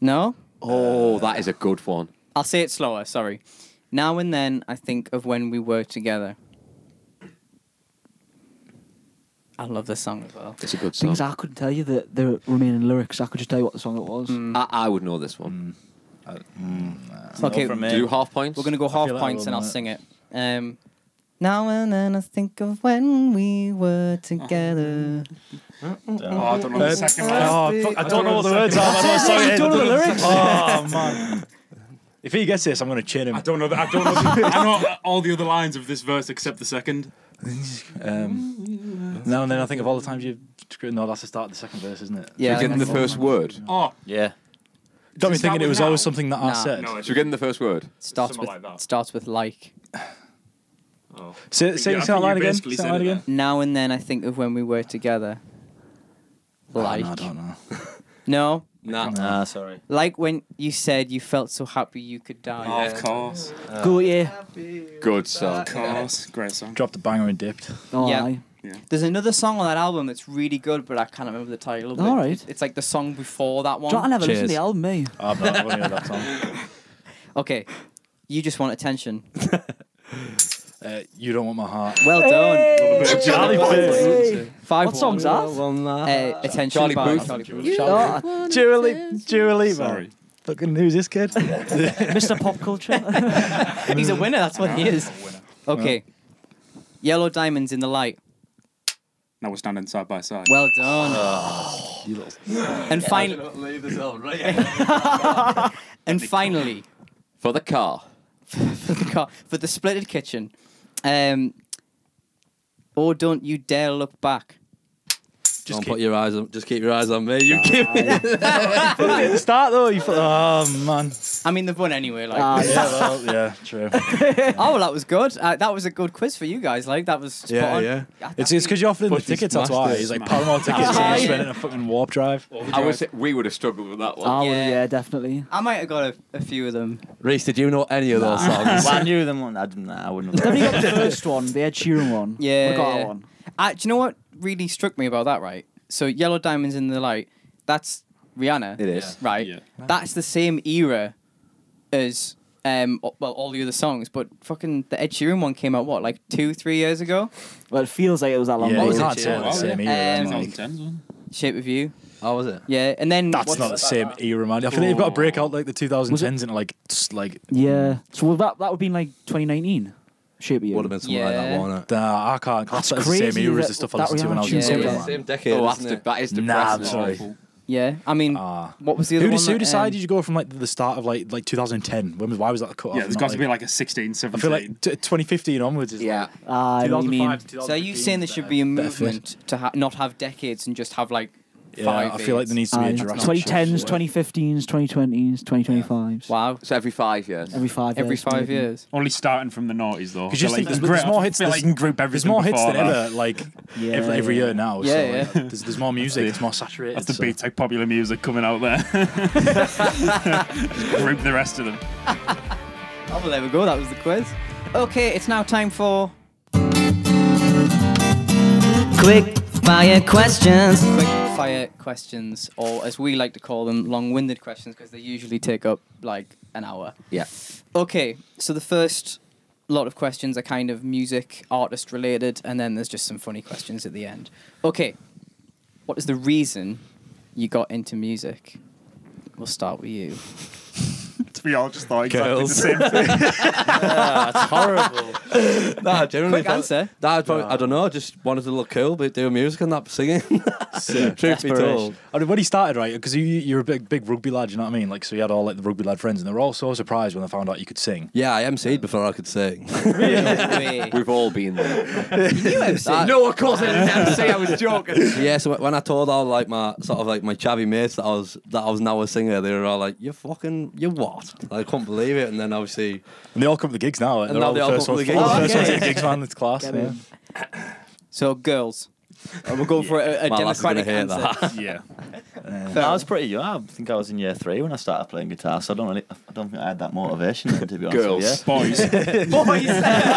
Speaker 1: No,
Speaker 8: Oh, that is a good one.
Speaker 1: I'll say it slower. Sorry. Now and then I think of when we were together. I love this song as well.
Speaker 8: It's a good song.
Speaker 3: Things I couldn't tell you the, the remaining lyrics. I could just tell you what the song it was.
Speaker 8: I, I would know this one.
Speaker 1: Okay,
Speaker 5: from
Speaker 1: we're
Speaker 5: me.
Speaker 8: Do you half points?
Speaker 1: gonna go half
Speaker 4: like I
Speaker 1: points
Speaker 4: will
Speaker 1: and I'll
Speaker 4: know it.
Speaker 1: sing it. Um, now and then I think of when we
Speaker 6: Uh-huh.
Speaker 1: were together.
Speaker 6: Oh, I don't know the second one.
Speaker 4: Oh, fuck, I don't know what the words are. man. I'm sorry. I don't know the lyrics. Oh man. If he gets this, I'm gonna chin him.
Speaker 6: I don't know. The, I don't know. The, I know all the other lines of this verse except the second.
Speaker 4: Um, now and then, I think of all the times you've screwed. No, that's the start of the second verse, isn't it?
Speaker 1: Yeah.
Speaker 8: Should we get in the first word?
Speaker 6: Oh,
Speaker 5: Yeah.
Speaker 4: Got me
Speaker 6: Is that
Speaker 4: thinking it
Speaker 6: one
Speaker 4: was
Speaker 6: now?
Speaker 4: always something that I
Speaker 1: Nah.
Speaker 4: said.
Speaker 6: no, it's
Speaker 8: Should we get in the first word?
Speaker 1: starts with
Speaker 6: Something like that.
Speaker 1: starts with like.
Speaker 4: Say, say,
Speaker 6: Yeah, I
Speaker 4: say that
Speaker 6: think
Speaker 4: line again.
Speaker 6: you
Speaker 4: Say
Speaker 6: basically
Speaker 4: that
Speaker 6: said
Speaker 4: line
Speaker 6: it
Speaker 4: again.
Speaker 1: Now and then I think of when we were together. Like
Speaker 4: No, I don't know.
Speaker 1: no,
Speaker 2: Nah.
Speaker 5: Nah, sorry.
Speaker 1: like when you said you felt so happy you could die.
Speaker 6: Oh, of course,
Speaker 3: Go yeah.
Speaker 8: Good song.
Speaker 6: of course, great song.
Speaker 4: Dropped the banger and dipped.
Speaker 3: Oh,
Speaker 1: Yeah.
Speaker 3: aye.
Speaker 1: There's another song on that album that's really good, but I can't remember the title. of it.
Speaker 3: All right.
Speaker 1: It's- It's like the song before that one.
Speaker 3: Do you know what? I never listened to
Speaker 2: Cheers.
Speaker 3: the album, me.
Speaker 4: I've not I've only heard that song.
Speaker 1: Okay. You just want attention.
Speaker 4: Uh, you don't want my heart.
Speaker 1: Well done.
Speaker 4: Charlie Puth.
Speaker 1: Five.
Speaker 3: What song's
Speaker 1: one.
Speaker 3: that?
Speaker 2: Eh.
Speaker 1: Uh, attention.
Speaker 8: Charlie
Speaker 1: by
Speaker 8: Booth.
Speaker 1: Charlie Booth.
Speaker 3: Oh,
Speaker 4: Dua Li- Dua Lipa.
Speaker 6: Sorry.
Speaker 4: Fucking who's this kid?
Speaker 3: Mr. Pop Culture. (laughs) Oh,
Speaker 1: He's a winner. That's what he is. Okay. Yellow diamonds in the light.
Speaker 6: Now we're standing side by side.
Speaker 1: Well done. (sighs) and finally, and finally, (laughs)
Speaker 8: For the car.
Speaker 1: for the car, for the splitted kitchen. Um, oh, don't you dare look back.
Speaker 2: Just keep... put your eyes on. Just keep your eyes on me. You keep. (laughs)
Speaker 4: At the start though, you thought, oh man.
Speaker 1: I mean, they've won anyway. Like,
Speaker 3: Ah,
Speaker 4: Yeah, well, yeah, true.
Speaker 1: oh, well, that was good. Uh, that was a good quiz for you guys. Like, that was spot
Speaker 2: Yeah,
Speaker 1: on.
Speaker 2: yeah.
Speaker 1: I- I
Speaker 4: It's it's because you offered him the
Speaker 2: But he's
Speaker 4: tickets. That's
Speaker 2: smashed
Speaker 4: why
Speaker 2: it.
Speaker 4: he's like Paramount tickets.
Speaker 1: Ah,
Speaker 4: and
Speaker 1: yeah.
Speaker 4: he's spending a fucking warp drive.
Speaker 8: I would say we would have struggled with that one.
Speaker 3: I would,
Speaker 1: Yeah.
Speaker 3: yeah, definitely.
Speaker 1: I might have got a, a few of them.
Speaker 2: Reese, did you know any of those songs?
Speaker 5: (laughs) Well, I knew them one. I didn't. I wouldn't.
Speaker 3: Then
Speaker 5: Have
Speaker 3: you got the first one, the Ed Sheeran one.
Speaker 1: Yeah,
Speaker 3: I got
Speaker 1: yeah.
Speaker 3: that one.
Speaker 1: Uh, do you know what really struck me about that? Right, so Yellow Diamonds in the Light. That's Rihanna.
Speaker 8: It is.
Speaker 1: right.
Speaker 6: Yeah.
Speaker 1: That's the same era as um o- well all the other songs, but fucking the Ed Sheeran one came out what like two three years ago.
Speaker 3: Well, it feels like it was that long
Speaker 4: Yeah,
Speaker 3: ago.
Speaker 4: oh, it's
Speaker 2: was
Speaker 4: not
Speaker 2: it?
Speaker 4: totally the
Speaker 6: Yeah.
Speaker 4: same
Speaker 1: Um,
Speaker 4: era. man, like,
Speaker 6: 2010's one.
Speaker 1: Shape of You.
Speaker 2: How was it?
Speaker 1: Yeah, and then
Speaker 4: that's
Speaker 1: what's-
Speaker 4: not the same era, man. I feel like you've got to break out like the 2010s and like just like.
Speaker 3: Yeah. So would that that would be in like 2019. Shape of you.
Speaker 2: Would have been something like
Speaker 1: Yeah.
Speaker 2: that, wouldn't
Speaker 4: Nah, I can't class
Speaker 3: That's
Speaker 4: that as the same
Speaker 3: crazy
Speaker 4: era as
Speaker 3: that-
Speaker 4: the stuff I
Speaker 3: that
Speaker 4: listened to when I was
Speaker 3: Rihanna
Speaker 4: in
Speaker 1: tune.
Speaker 4: school.
Speaker 1: Yeah,
Speaker 4: man.
Speaker 2: it? Same decade.
Speaker 8: Oh, that's
Speaker 2: isn't
Speaker 8: de-
Speaker 2: it?
Speaker 8: that is
Speaker 4: Nah,
Speaker 2: (laughs)
Speaker 8: depressing.
Speaker 4: I'm sorry.
Speaker 6: Awful.
Speaker 1: Yeah, I mean,
Speaker 4: Ah.
Speaker 1: what was the other
Speaker 4: Who,
Speaker 1: one?
Speaker 4: dis- who
Speaker 1: that, um,
Speaker 4: decided you go from like the start of like like 2010? When was why was that cut off?
Speaker 6: Yeah, there's got to be like a 16,
Speaker 4: I
Speaker 6: 17.
Speaker 4: feel like t- 2015 onwards is
Speaker 2: Yeah.
Speaker 3: Ah, I know what you mean.
Speaker 1: So are you saying there should be a
Speaker 4: better fit.
Speaker 1: movement to ha- not have decades and just have like
Speaker 4: Yeah,
Speaker 1: five?
Speaker 4: I feel like
Speaker 1: years?
Speaker 4: there needs to be
Speaker 3: Aye.
Speaker 4: a Jurassic.
Speaker 3: 2010s,
Speaker 4: shift.
Speaker 3: 2015s, 2020s, 2025s.
Speaker 1: Wow,
Speaker 8: So every five years.
Speaker 3: Every five
Speaker 1: every
Speaker 3: years.
Speaker 1: five
Speaker 3: maybe.
Speaker 1: years.
Speaker 6: Only starting from the noughties, though.
Speaker 4: Because you
Speaker 6: I
Speaker 4: just
Speaker 6: feel
Speaker 4: think
Speaker 6: like
Speaker 4: there's, there's
Speaker 6: great-
Speaker 4: more hits.
Speaker 6: I feel
Speaker 4: there's-
Speaker 6: like you can group
Speaker 4: There's
Speaker 6: everything
Speaker 4: more hits
Speaker 6: before
Speaker 4: than
Speaker 6: that.
Speaker 4: ever. Like
Speaker 3: Yeah,
Speaker 4: every, every
Speaker 3: yeah.
Speaker 4: year now.
Speaker 1: Yeah,
Speaker 4: so,
Speaker 1: yeah.
Speaker 4: like, there's, there's more music. It's more saturated.
Speaker 6: That's the
Speaker 4: so- (laughs)
Speaker 6: big tech popular music coming out there. Just group the rest of them.
Speaker 1: Oh, well, there we go. That was the quiz. Okay, it's now time for
Speaker 9: Quick fire questions.
Speaker 1: quick fire questions, or as we like to call them, long-winded questions, because they usually take up like an hour.
Speaker 2: Yeah.
Speaker 1: Okay, so the first lot of questions are kind of music, artist related, and then there's just some funny questions at the end. Okay, what is the reason you got into music? We'll start with you.
Speaker 6: We all just thought exactly
Speaker 4: Girls.
Speaker 6: the same thing.
Speaker 2: (laughs) Nah, generally.
Speaker 1: Quick answer.
Speaker 2: Nah, I'd probably, I don't know. Just wanted to look cool, but do music and not singing. (laughs) Truth be told.
Speaker 4: I mean, when he started, right? Because you, you're a big, big rugby lad. You know what I mean? Like, so you had all like the rugby lad friends, and they were all so surprised when they found out you could sing.
Speaker 2: Yeah, I emceed before I could (laughs) sing.
Speaker 1: Wait,
Speaker 8: (laughs) We've all been there.
Speaker 1: you MC.
Speaker 8: no, of course I didn't say I was (laughs) joking.
Speaker 2: yeah, so when I told all like my sort of like my chavvy mates that I was that I was now a singer, they were all like, "You fucking, you what?" I couldn't believe it. And then obviously,
Speaker 4: And they all come to the gigs now. Like,
Speaker 2: And
Speaker 4: they're
Speaker 2: now
Speaker 4: all
Speaker 2: they
Speaker 4: the
Speaker 2: all
Speaker 4: first
Speaker 2: come
Speaker 4: ones.
Speaker 2: to the
Speaker 4: all the
Speaker 2: gigs.
Speaker 4: first ones at the gigs, man. It's class. yeah.
Speaker 1: So girls, Uh, we'll go for a, a
Speaker 2: My lass is gonna
Speaker 1: democratic
Speaker 2: hear
Speaker 1: answer.
Speaker 2: that.
Speaker 6: (laughs) yeah.
Speaker 5: I was pretty young. I think I was in year three when I started playing guitar, so I don't really, I don't think I had that motivation then, to be honest
Speaker 8: Girls.
Speaker 5: with
Speaker 6: Boys.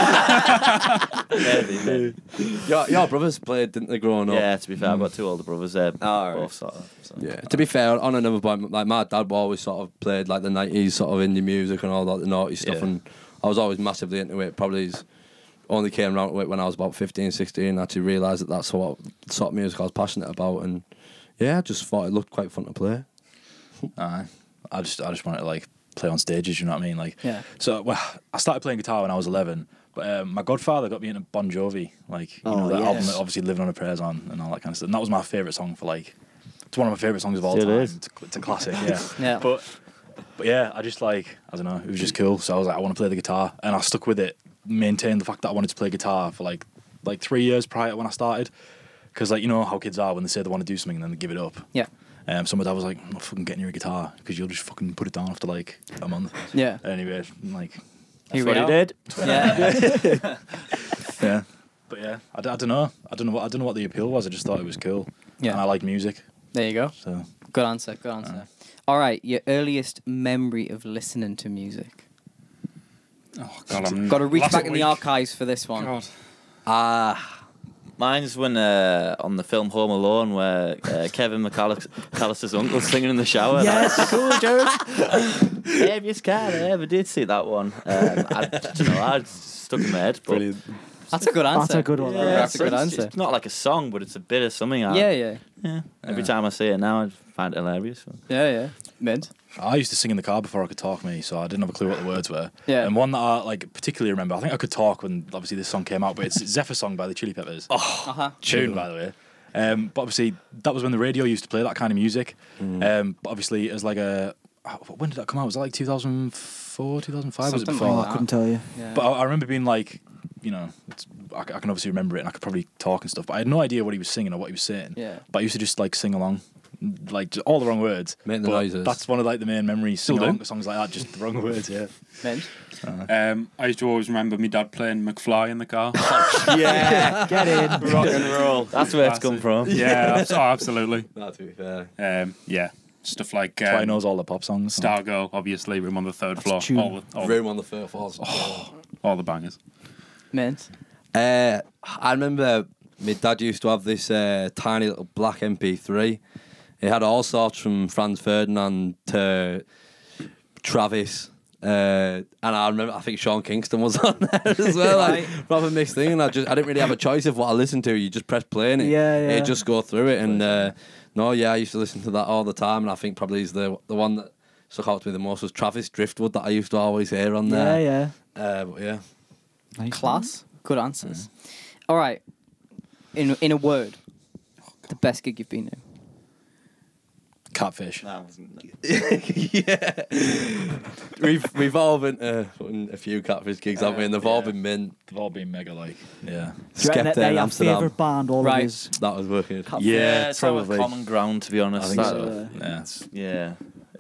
Speaker 5: you. Maybe, maybe.
Speaker 2: (laughs) your, your brothers played, didn't they, growing up?
Speaker 5: Yeah, to be fair, I've got two older brothers there.
Speaker 2: Ah,
Speaker 5: both
Speaker 2: right.
Speaker 5: sort of. So.
Speaker 2: Yeah. To be fair, on another point, like my dad always sort of played like the nineties sort of indie music and all that the naughty stuff,
Speaker 5: Yeah.
Speaker 2: and I was always massively into it. Probably is- only came around to it when I was about 15, 16 and actually realised that that's what sort of music I was passionate about, and yeah, I just thought it looked quite fun to play.
Speaker 4: Aye. I just I just wanted to like play on stages. You know what I mean? Like
Speaker 1: Yeah.
Speaker 4: So well, I started playing guitar when I was eleven. But um, my godfather got me into Bon Jovi, like you
Speaker 3: Oh,
Speaker 4: know that album
Speaker 3: yes.
Speaker 4: that obviously "Living on a Prayer's" on and all that kind of stuff. And that was my favorite song for like, it's one of my favorite songs of all
Speaker 5: It
Speaker 4: time.
Speaker 5: is.
Speaker 4: It's, a- it's a classic, yeah.
Speaker 1: Yeah.
Speaker 4: But but yeah, I just like I don't know, it was just cool. So I was like, I want to play the guitar, and I stuck with it, maintained the fact that I wanted to play guitar for like like three years prior to when I started, because like you know how kids are when they say they want to do something and then they give it up.
Speaker 1: Yeah.
Speaker 4: Um, so my dad was like, I'm not fucking getting you a guitar because you'll just fucking put it down after like a month.
Speaker 1: Yeah.
Speaker 4: Anyway, I'm like,
Speaker 1: Here
Speaker 5: What
Speaker 1: we
Speaker 5: he
Speaker 1: are. (laughs)
Speaker 5: did.
Speaker 1: Yeah.
Speaker 4: yeah. But yeah, I, don't know. I don't know what I don't know what the appeal was. I just thought it was cool.
Speaker 1: Yeah.
Speaker 4: And I like music,
Speaker 1: There you go.
Speaker 4: so
Speaker 1: Good answer. Good answer. All right. Your earliest memory of listening to music.
Speaker 6: Oh, God, I'm
Speaker 1: Got to reach
Speaker 6: last
Speaker 1: back in the
Speaker 6: week.
Speaker 1: archives for this one.
Speaker 6: God.
Speaker 2: Ah,
Speaker 5: Mine's when uh, on the film Home Alone, where (laughs) uh, Kevin McAllis- McAllister's uncle's singing in the shower. (laughs) Yes, cool, Jared. Heaviest car I ever did see that one. Um, I don't know, I just stuck in my head. But
Speaker 2: brilliant.
Speaker 1: That's a good answer.
Speaker 3: That's a good one.
Speaker 5: Yeah,
Speaker 1: That's a
Speaker 5: it's-
Speaker 1: good
Speaker 5: it's-
Speaker 1: answer.
Speaker 5: It's not like a song, but it's a bit of something. I,
Speaker 1: Yeah, yeah,
Speaker 5: yeah. Every time I see it now, I find it hilarious.
Speaker 1: yeah, yeah. Mint.
Speaker 4: I used to sing in the car before I could talk, me. So I didn't have a clue what the words were.
Speaker 1: Yeah.
Speaker 4: And one that I like particularly remember, I think I could talk when obviously this song came out,
Speaker 1: (laughs)
Speaker 4: but it's Zephyr song by the Chili Peppers. Oh,
Speaker 1: Uh-huh.
Speaker 4: tune by the way. Um, but obviously that was when the radio used to play that kind of music.
Speaker 1: Mm.
Speaker 4: Um, but obviously as like a uh, when did that come out? Was that like 2004, 2005? Was it
Speaker 1: Something
Speaker 4: before?
Speaker 1: like
Speaker 3: I couldn't tell you.
Speaker 1: Yeah.
Speaker 4: But I, I remember being like, you know, it's, I, c- I can obviously remember it and I could probably talk and stuff, but I had no idea what he was singing or what he was saying.
Speaker 1: Yeah.
Speaker 4: But I used to just like sing along, like just all the wrong words.
Speaker 2: Make the
Speaker 4: but
Speaker 2: noises.
Speaker 4: That's one of like the main memories. Still
Speaker 6: do.
Speaker 4: along songs like that, just the wrong words. Yeah.
Speaker 1: Mint.
Speaker 6: Um, I used to always remember my dad playing McFly in the car.
Speaker 5: Yeah,
Speaker 3: Get in.
Speaker 5: rock and roll. That's where it's come from.
Speaker 6: (laughs) yeah, abs- oh, absolutely.
Speaker 2: Nah, to be fair.
Speaker 6: Um, yeah, stuff like
Speaker 4: That's why he
Speaker 6: um,
Speaker 4: knows all the pop songs. so-
Speaker 6: Stargirl, obviously, Room on the Third Floor,
Speaker 3: tune.
Speaker 6: all the, all, the,
Speaker 2: Room on the third floor. Oh.
Speaker 6: all the bangers.
Speaker 1: Mint.
Speaker 2: Uh, I remember my dad used to have this uh, tiny little black MP3. It had all sorts from Franz Ferdinand to Travis. Uh, and I remember, I think Sean Kingston was (laughs) on there as well. Like,
Speaker 1: Right.
Speaker 2: rather mixed thing, and I just, I didn't really have a choice of what I listened to. You just press play, and it,
Speaker 3: Yeah, yeah.
Speaker 2: it just go through it. And uh, no, yeah, I used to listen to that all the time, and I think probably is the the one that stuck out to me the most was Travis Driftwood that I used to always hear on
Speaker 3: Yeah,
Speaker 2: there.
Speaker 3: yeah.
Speaker 2: Uh, but yeah,
Speaker 1: Class. Good answers. All right. In in a word, the best gig you've been to.
Speaker 4: Catfish.
Speaker 5: That wasn't.
Speaker 2: yeah. we've we've all been to fucking a few catfish gigs, haven't we? And they've all
Speaker 4: Yeah.
Speaker 2: been mint.
Speaker 4: They've all been mega like. Yeah.
Speaker 3: Do you reckon
Speaker 2: Skepta
Speaker 3: that they're
Speaker 2: in
Speaker 3: your
Speaker 2: Amsterdam.
Speaker 3: favourite band, all
Speaker 1: Right.
Speaker 3: of his.
Speaker 2: That was wicked.
Speaker 5: Yeah, it's probably
Speaker 2: probably.
Speaker 5: common ground to be honest.
Speaker 4: I think
Speaker 5: That-
Speaker 4: so. Yeah.
Speaker 5: Yeah,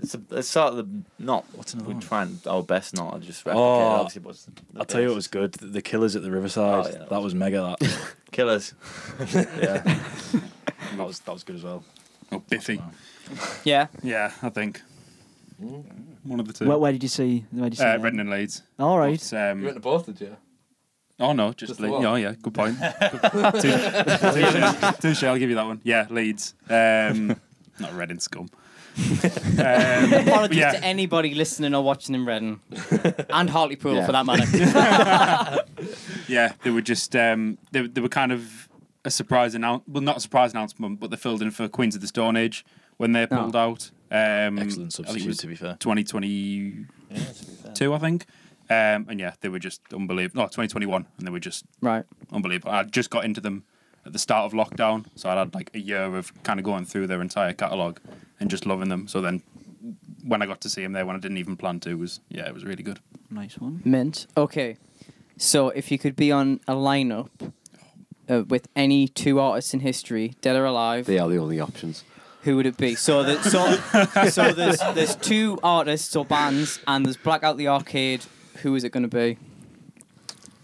Speaker 5: it's a, it's sort of the not. What's another? We're
Speaker 4: one?
Speaker 5: trying our best not to just replicate.
Speaker 4: Oh,
Speaker 5: obviously, but it's the
Speaker 4: I'll tell you
Speaker 5: best.
Speaker 4: what was good. The Killers at the Riverside.
Speaker 5: Oh, yeah,
Speaker 4: that,
Speaker 5: that
Speaker 4: was, mega. (laughs) That.
Speaker 5: killers.
Speaker 4: yeah. that was that was good as well.
Speaker 6: Oh, Biffy.
Speaker 1: Yeah.
Speaker 6: Yeah, I think. One of the two.
Speaker 3: Where, where did you see? Where did you see?
Speaker 6: uh,
Speaker 3: them?
Speaker 6: Redden and Leeds.
Speaker 3: All right.
Speaker 6: But, um,
Speaker 2: You went to both, did you?
Speaker 6: Oh no, just,
Speaker 2: Just
Speaker 6: Le-
Speaker 2: what?
Speaker 6: oh yeah,
Speaker 4: (laughs)
Speaker 6: good point. Touche, touche, I'll give you that one. Yeah, Leeds. Um, (laughs) not Reading scum. Um,
Speaker 1: (laughs) Apologies
Speaker 6: Yeah.
Speaker 1: to anybody listening or watching in Redden and Hartlepool for that matter.
Speaker 6: yeah, they were just um, they they were kind of a surprise announcement. Well, not a surprise announcement, but they filled in for Queens of the Stone Age when they pulled
Speaker 1: Oh.
Speaker 6: out.
Speaker 4: Excellent
Speaker 6: Um, I think it
Speaker 4: substitute,
Speaker 6: was
Speaker 4: to be fair.
Speaker 6: 2022, I think. Um, and yeah, they were just unbelievable. No, 2021, and they were just
Speaker 1: right.
Speaker 6: unbelievable. I just got into them at the start of lockdown, so I had like a year of kind of going through their entire catalog and just loving them. So then, when I got to see them there, when I didn't even plan to, was yeah, it was really good.
Speaker 3: Nice one.
Speaker 1: Mint. Okay. So if you could be on a lineup uh, with any two artists in history, dead or alive,
Speaker 8: They are the only options.
Speaker 1: who would it be? So the, so
Speaker 4: (laughs)
Speaker 1: so there's there's two artists or bands, and there's Blackout the Arcade. Who is it going to be?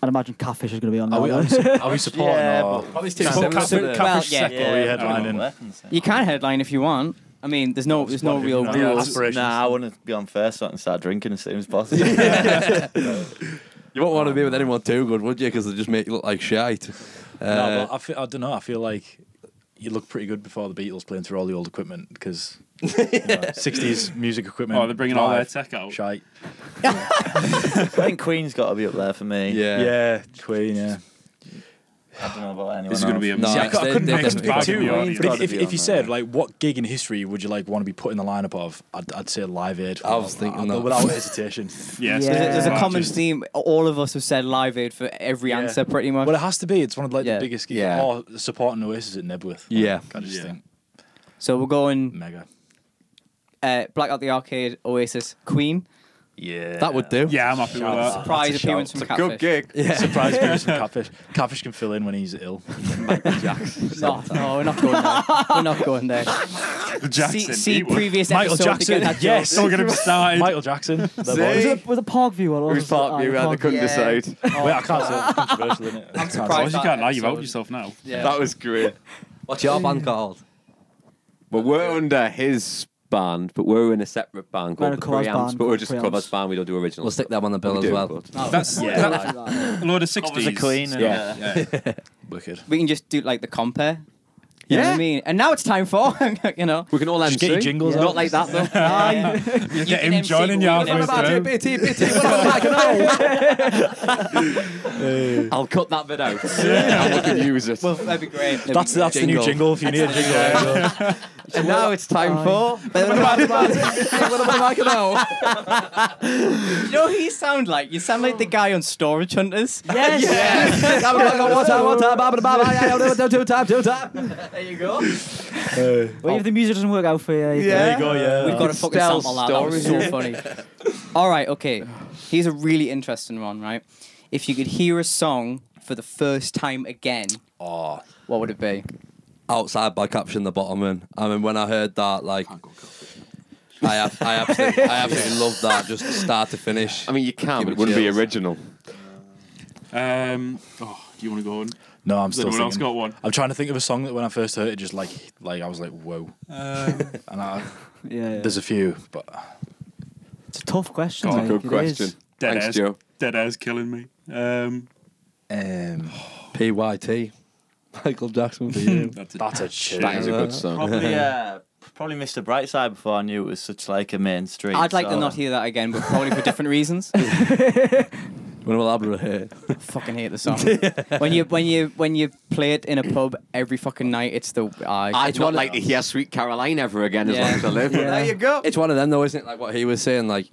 Speaker 3: I'd imagine Catfish is going to be on
Speaker 4: Are
Speaker 3: that.
Speaker 4: we, are
Speaker 3: one.
Speaker 4: we,
Speaker 3: (laughs)
Speaker 4: su- are we supporting or
Speaker 2: Probably
Speaker 1: Well, yeah.
Speaker 4: Or are we headlining?
Speaker 1: You can headline if you want. I mean, there's no there's no real
Speaker 4: No,
Speaker 1: rules.
Speaker 4: aspirations.
Speaker 5: Nah, I want to be on first shot and start drinking as soon as possible.
Speaker 2: You won't want to be with anyone too good, would you? Because they just make you look like shite.
Speaker 4: no,
Speaker 2: Uh,
Speaker 4: but I, feel, I don't know. I feel like you look pretty good before the Beatles playing through all the old equipment because sixties music equipment.
Speaker 6: Oh, they're bringing all their
Speaker 4: live,
Speaker 6: tech out.
Speaker 4: Shite.
Speaker 5: I think Queen's got to be up there for me.
Speaker 2: yeah.
Speaker 4: Yeah, Queen. Yeah.
Speaker 5: I don't know about anyone.
Speaker 6: This is going to
Speaker 5: else.
Speaker 6: be a
Speaker 2: No,
Speaker 4: See, I,
Speaker 2: it's-
Speaker 4: cou- I
Speaker 2: they-
Speaker 4: couldn't
Speaker 2: they
Speaker 4: make
Speaker 2: definitely
Speaker 4: pick
Speaker 2: got
Speaker 4: two.
Speaker 5: to be on
Speaker 4: But if,
Speaker 5: there.
Speaker 4: if, if you
Speaker 5: Yeah.
Speaker 4: said like what gig in history would you like want to be put in the lineup of, I'd, I'd say Live Aid.
Speaker 2: I was thinking
Speaker 4: without-
Speaker 2: that.
Speaker 4: without hesitation.
Speaker 3: Yeah.
Speaker 6: yeah.
Speaker 1: There's
Speaker 6: so-
Speaker 1: a, there's a
Speaker 6: Well,
Speaker 1: common
Speaker 6: just-
Speaker 1: theme. All of us have said Live Aid for every
Speaker 4: Yeah.
Speaker 1: answer, pretty much.
Speaker 4: Well, it has to be. It's one of like
Speaker 1: Yeah.
Speaker 4: the biggest.
Speaker 8: Yeah.
Speaker 4: Or supporting Oasis at Nebworth.
Speaker 2: Yeah.
Speaker 4: Like, I just
Speaker 6: Yeah.
Speaker 4: think
Speaker 1: so we're going
Speaker 4: mega.
Speaker 1: uh, Blackout the Arcade, Oasis, Queen.
Speaker 4: Yeah.
Speaker 2: That would do.
Speaker 6: Yeah, I'm happy with
Speaker 4: Uh,
Speaker 6: that.
Speaker 1: Surprise appearance from Catfish.
Speaker 4: gig. Surprise appearance from Catfish. Catfish can fill in when he's ill.
Speaker 1: No, no, we're not going there. We're not going
Speaker 8: (laughs)
Speaker 1: there.
Speaker 6: Jackson.
Speaker 1: see
Speaker 6: he
Speaker 1: see
Speaker 6: would. (laughs)
Speaker 1: previous
Speaker 4: Michael
Speaker 1: episode to
Speaker 4: Jackson.
Speaker 1: get that joke.
Speaker 4: Yes.
Speaker 6: Don't get him started.
Speaker 4: Michael Jackson. the
Speaker 3: was,
Speaker 4: boy.
Speaker 3: it, was it Parkview or
Speaker 8: Who's Park View around? I (laughs) couldn't decide.
Speaker 4: Wait, I can't say it's controversial, isn't it? I'm
Speaker 6: Oh,
Speaker 1: surprised.
Speaker 6: you
Speaker 1: that
Speaker 6: can't lie. You've
Speaker 1: episode.
Speaker 6: out yourself now.
Speaker 1: Yeah.
Speaker 8: (laughs) That was great.
Speaker 2: What's your band called?
Speaker 8: But we're under his band, but we're in a separate band
Speaker 3: We're in
Speaker 8: called
Speaker 3: a
Speaker 8: the
Speaker 3: covers
Speaker 8: Preamps,
Speaker 3: band
Speaker 8: but we're
Speaker 3: called
Speaker 8: just
Speaker 3: Preamps.
Speaker 8: a covers band. We don't do original.
Speaker 2: We'll stick them on the bill as well.
Speaker 6: That's
Speaker 4: Yeah.
Speaker 6: that's a load of sixties.
Speaker 5: Covers the Queen. and,
Speaker 8: Yeah.
Speaker 5: uh,
Speaker 4: Wicked.
Speaker 1: we can just do like the compare. You know what I mean? And now it's time for, (laughs) you know.
Speaker 8: We can all MC.
Speaker 4: Just get your jingles
Speaker 8: Not
Speaker 4: out.
Speaker 8: like
Speaker 1: (laughs)
Speaker 8: that though.
Speaker 6: You
Speaker 1: You
Speaker 6: get
Speaker 1: can
Speaker 6: him
Speaker 1: MC,
Speaker 6: joining
Speaker 1: we
Speaker 6: you
Speaker 1: can
Speaker 6: halfway
Speaker 1: MC.
Speaker 6: through.
Speaker 2: Bitty, bitty, what am I
Speaker 8: I'll cut that bit out. and we can use it.
Speaker 1: Well, (laughs) that'd be great. That'd
Speaker 4: That's
Speaker 1: be
Speaker 4: that's the new jingle. If you need a jingle,
Speaker 8: and now it's time for.
Speaker 1: great. You know who you sound like? You sound like the guy on Storage Hunters.
Speaker 3: Yes. (laughs)
Speaker 1: There you go.
Speaker 3: Well, if the music doesn't work out for you, you
Speaker 4: there you go. Yeah.
Speaker 1: We've got to fucking
Speaker 8: Tell
Speaker 1: sample that. That was so funny. All right, okay. Here's a really interesting one, right? If you could hear a song for the first time again,
Speaker 2: Oh,
Speaker 1: what would it be?
Speaker 2: outside by caption the bottom man. I mean, when I heard that, like, I ab- I absolutely, I (laughs) absolutely loved that, just start to finish.
Speaker 8: I mean, you can,
Speaker 2: Give
Speaker 8: but it
Speaker 2: it
Speaker 8: wouldn't be
Speaker 2: chills.
Speaker 8: original.
Speaker 6: Um, oh, do you want to go on?
Speaker 4: No, I'm
Speaker 6: Has
Speaker 4: still.
Speaker 6: anyone else
Speaker 4: thinking.
Speaker 6: got one?
Speaker 4: I'm trying to think of a song that when I first heard it, just like like I was like, whoa. and I,
Speaker 3: Yeah, yeah.
Speaker 4: there's a few, but
Speaker 3: It's a tough question.
Speaker 6: It's a
Speaker 3: mate.
Speaker 8: Good
Speaker 3: It
Speaker 8: question.
Speaker 3: is.
Speaker 6: Dead
Speaker 8: Thanks,
Speaker 6: air's-
Speaker 8: Joe.
Speaker 6: Dead air's killing me. Um,
Speaker 4: um,
Speaker 2: PYT, Michael Jackson for you.
Speaker 6: that's
Speaker 4: that's a shit.
Speaker 8: That is a good song.
Speaker 5: probably, uh, probably Mr. Brightside before I knew it was such like a mainstream.
Speaker 1: I'd like
Speaker 5: so-
Speaker 1: to not hear that again, but probably for different
Speaker 8: (laughs)
Speaker 1: reasons.
Speaker 2: When will Abra hit?
Speaker 1: fucking hate the
Speaker 8: (laughs)
Speaker 1: song. when you when you when you play it in a pub every fucking night, it's the I.
Speaker 8: I'd not like to hear Sweet Caroline ever again as
Speaker 1: Yeah.
Speaker 8: long as I live.
Speaker 3: There you
Speaker 8: go.
Speaker 2: It's one of them though, isn't it? Like what he was saying, like.